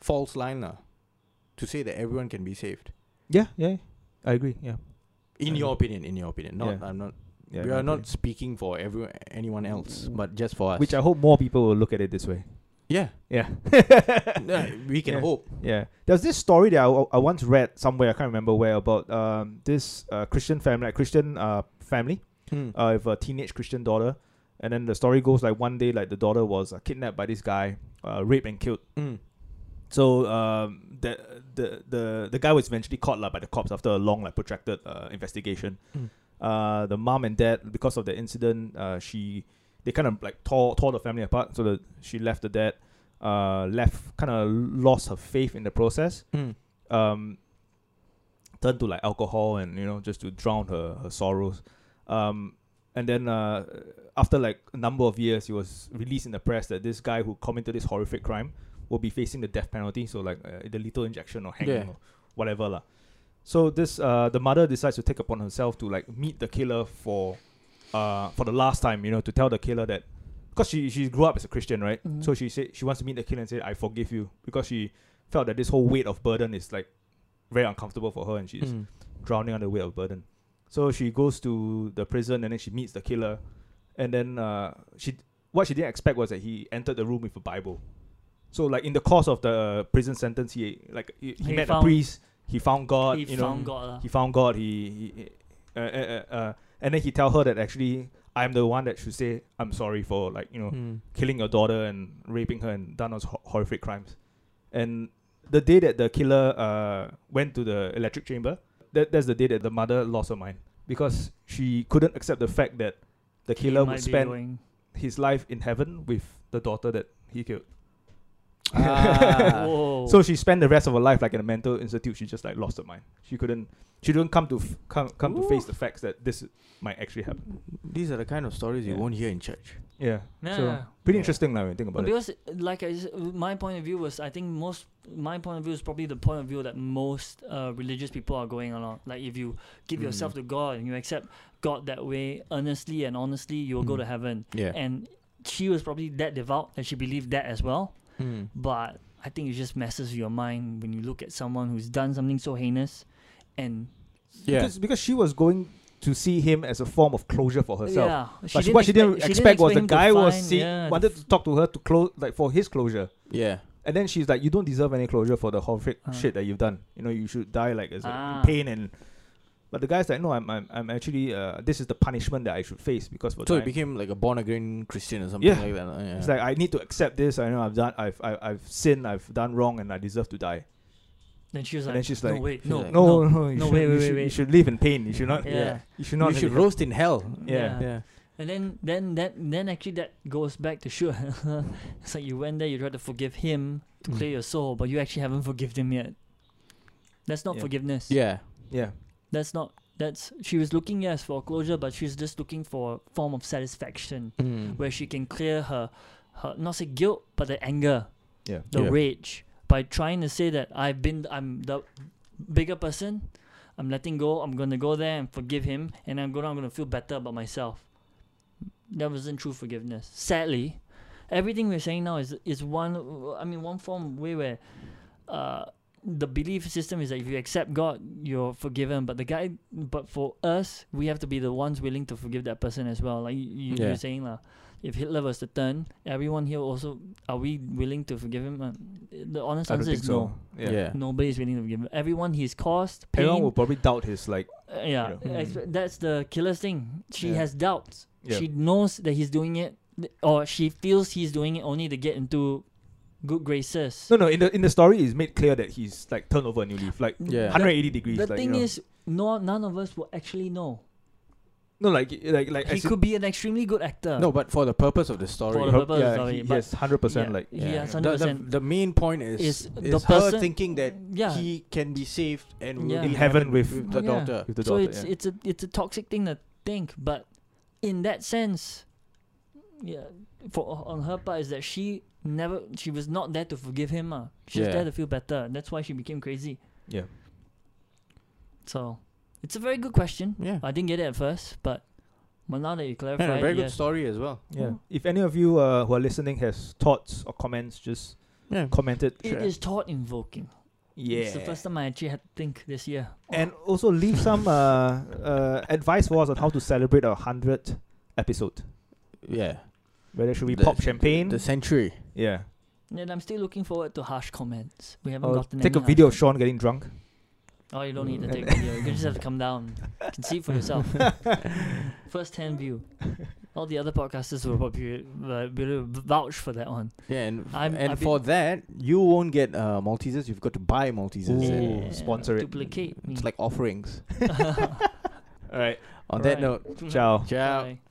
B: false line, lah. To say that everyone can be saved.
A: Yeah, yeah. I agree. Yeah.
B: In
A: I
B: your
A: know.
B: opinion, in your opinion,
A: Yeah.
B: not I'm not.
A: yeah
B: we
A: I
B: are not
A: agree.
B: speaking for every anyone else, but just for us.
A: Mm. Which I hope more people will look at it this way.
B: yeah,
A: Yeah.
B: yeah, we can
A: Yeah.
B: hope.
A: Yeah, there's this story that I, I once read somewhere. I can't remember where about um, this uh, Christian family, like Christian uh, family,
B: Mm.
A: uh, with a teenage Christian daughter, and then the story goes like one day, like the daughter was uh, kidnapped by this guy, uh, raped and killed.
B: Mm.
A: So um, the the the the guy was eventually caught like, by the cops after a long like protracted uh, investigation.
B: Mm.
A: Uh, the mom and dad, because of the incident, uh, she they kind of like tore tore the family apart. So that she left the dad, uh, left kind of lost her faith in the process.
B: Mm.
A: Um, turned to like alcohol and you know just to drown her her sorrows. Um, and then uh, after like a number of years, he was released in the press that this guy who committed this horrific crime will be facing the death penalty, so like uh, the lethal injection or hanging
B: Yeah.
A: or whatever lah. So this uh, the mother decides to take upon herself to like meet the killer for uh, for the last time, you know, to tell the killer that because she she grew up as a Christian, right?
C: Mhm.
A: So she said she wants to meet the killer and say I forgive you because she felt that this whole weight of burden is like very uncomfortable for her and she's
B: Mm.
A: drowning under the weight of burden. So she goes to the prison and then she meets the killer, and then uh, she what she didn't expect was that he entered the room with a Bible. So like in the course of the prison sentence, he like he, he
C: He
A: met a
C: found-
A: priest. He found God.
C: he
A: you
C: found
A: know,
C: God. uh, lah.
A: He found God. He, he uh, uh, uh, uh, and then he tell her that actually I'm the one that should say I'm sorry for like you know
B: Mm.
A: killing your daughter and raping her and done those ho- horrific crimes. And the day that the killer uh, went to the electric chamber, that, that's the day that the mother lost her mind because she couldn't accept the fact that the
C: He
A: killer
C: might
A: would
C: be
A: spend
C: going-
A: his life in heaven with the daughter that he killed.
B: Ah.
C: Whoa.
A: So she spent the rest of her life like in a mental institute. She just like lost her mind. She couldn't. She didn't come to f- come come to face the facts that this might actually happen.
B: These are the kind of stories you
A: Yeah.
B: won't hear in church.
A: Yeah.
C: yeah.
A: So pretty
B: Yeah.
A: interesting now when you think
C: But
A: about it.
C: because, like, I s- my point of view was, I think most my point of view is probably the point of view that most uh, religious people are going along. Like, if you give yourself
B: Mm.
C: to God and you accept God that way, earnestly and honestly, you will go
A: Mm.
C: to heaven.
B: Yeah.
C: And she was probably that devout that she believed that as well.
B: Mm.
C: But I think it just messes with your mind when you look at someone who's done something so heinous, and
B: Yeah.
A: Because because she was going to see him as a form of closure for herself.
C: Yeah,
A: But she- what she didn't
C: expect-
A: expect,
C: she
A: was the
C: him to
A: guy was
C: find-
A: see,
C: yeah,
A: wanted to talk to her to close like for his closure,
B: Yeah.
A: and then she's like, "You don't deserve any closure for the horrific
C: Ah.
A: shit that you've done. You know, you should die like as a
C: Ah.
A: pain and." But the guy's like, "No, I'm, I'm, I'm actually uh, this is the punishment that I should face because for
B: So he
A: dying."
B: became like a born again Christian or something
A: Yeah.
B: like that. uh, Yeah.
A: It's like I need to accept this. I know I've done, I've, I, I've sinned, I've done wrong, and I deserve to die.
C: Then she was
A: and
C: like,
A: then she's
C: no,
A: like,
C: wait,
B: she's
C: no,
B: like,
A: No, no,
C: no.
A: you,
C: no,
A: should,
C: wait,
A: you,
C: wait,
A: should, you
C: wait.
A: should live in pain. You should not.
C: Yeah.
A: You should not.
B: you should
A: really-
B: roast in hell.
A: Yeah.
B: Yeah.
C: And then, then, then, then actually that goes back to sure. it's like you went there, you tried to forgive him
A: Mm.
C: to clear your soul, but you actually haven't forgiven him yet. That's not
A: Yeah.
C: forgiveness.
B: Yeah.
A: Yeah.
C: That's not. That's she was looking yes for closure, but she's just looking for a form of satisfaction
B: Hmm.
C: where she can clear her, her not say guilt, but the anger,
A: Yeah.
C: the
B: Yeah.
C: rage by trying to say that I've been, I'm the bigger person. I'm letting go. I'm gonna go there and forgive him, and I'm gonna, I'm gonna feel better about myself. That wasn't true forgiveness. Sadly, everything we're saying now is is one. I mean, one form way where. Uh, the belief system is that if you accept God, you're forgiven. But the guy, but for us, we have to be the ones willing to forgive that person as well. Like you, you,
B: Yeah.
C: you're saying, lah. If Hitler was to turn, everyone here also are we willing to forgive him? Uh, the honest
A: I don't
C: answer
A: think
C: is
A: so.
C: no.
A: Yeah.
C: Nobody is willing to forgive him. Everyone he's caused pain.
A: Everyone will probably doubt his like.
C: uh, yeah,
A: you know.
C: ex- that's the killer's thing. She
A: Yeah.
C: has doubts.
A: Yeah.
C: She knows that he's doing it, th- or she feels he's doing it only to get into good graces.
A: No, no. In the in the story, it's made clear that he's like turned over a new leaf, like
B: Yeah.
A: 180 degrees.
C: The
A: like,
C: thing
A: you know.
C: is, no, none of us will actually know.
A: no, like like like
C: he
A: as in-
C: could be an extremely good actor.
B: No, but for the purpose of the story.
C: For the purpose
A: yeah,
C: of the
A: he-
C: story,
A: yes, hundred percent.
C: yeah,
A: Like
C: he has
B: The, the,
C: 100%.
B: the main point is,
C: Is
B: is,
C: the
B: her
C: person-
B: thinking that
C: yeah.
B: he can be saved and will
C: Yeah.
B: be
A: In heaven with-
B: with the
C: Yeah.
B: daughter.
A: with the
C: so
A: daughter.
C: it's
A: yeah.
C: it's a it's a toxic thing to think, but in that sense, yeah, for on her part is that she never she was not there to forgive him. Uh. she was
B: Yeah.
C: there to feel better. That's why she became crazy.
A: Yeah.
C: So it's a very good question.
B: Yeah.
C: I didn't get it at first, but well, now that you clarified,
B: And a very good
C: yes.
B: story as well.
A: yeah.
C: Mm.
A: If any of you uh, who are listening has thoughts or comments, just
B: Yeah.
A: comment it.
C: It is thought invoking.
A: Yeah.
C: It's the first time I actually had to think this year.
A: and also leave some uh, uh, advice for us on how to celebrate our hundredth episode.
B: Yeah.
A: Whether should we
B: The-
A: pop champagne?
B: The century.
A: yeah.
C: And I'm still looking forward to harsh comments. We haven't
A: Or
C: gotten
A: take a
C: any harsh
A: video of
C: comments.
A: Sean getting drunk.
C: Oh, you don't need to
A: Mm.
C: take video. You just have to come down. You can see it for yourself. First hand view. All the other podcasters will probably uh, will vouch for that one.
B: Yeah, and,
C: I'm-
B: and
C: I've
B: for that, you won't get uh, Maltesers. You've got to buy Maltesers.
A: Ooh,
B: and-
A: sponsor it.
C: Duplicate me.
B: It's like offerings.
A: All right.
B: On that
C: Right.
B: note,
A: Ciao.
B: ciao.
C: Bye.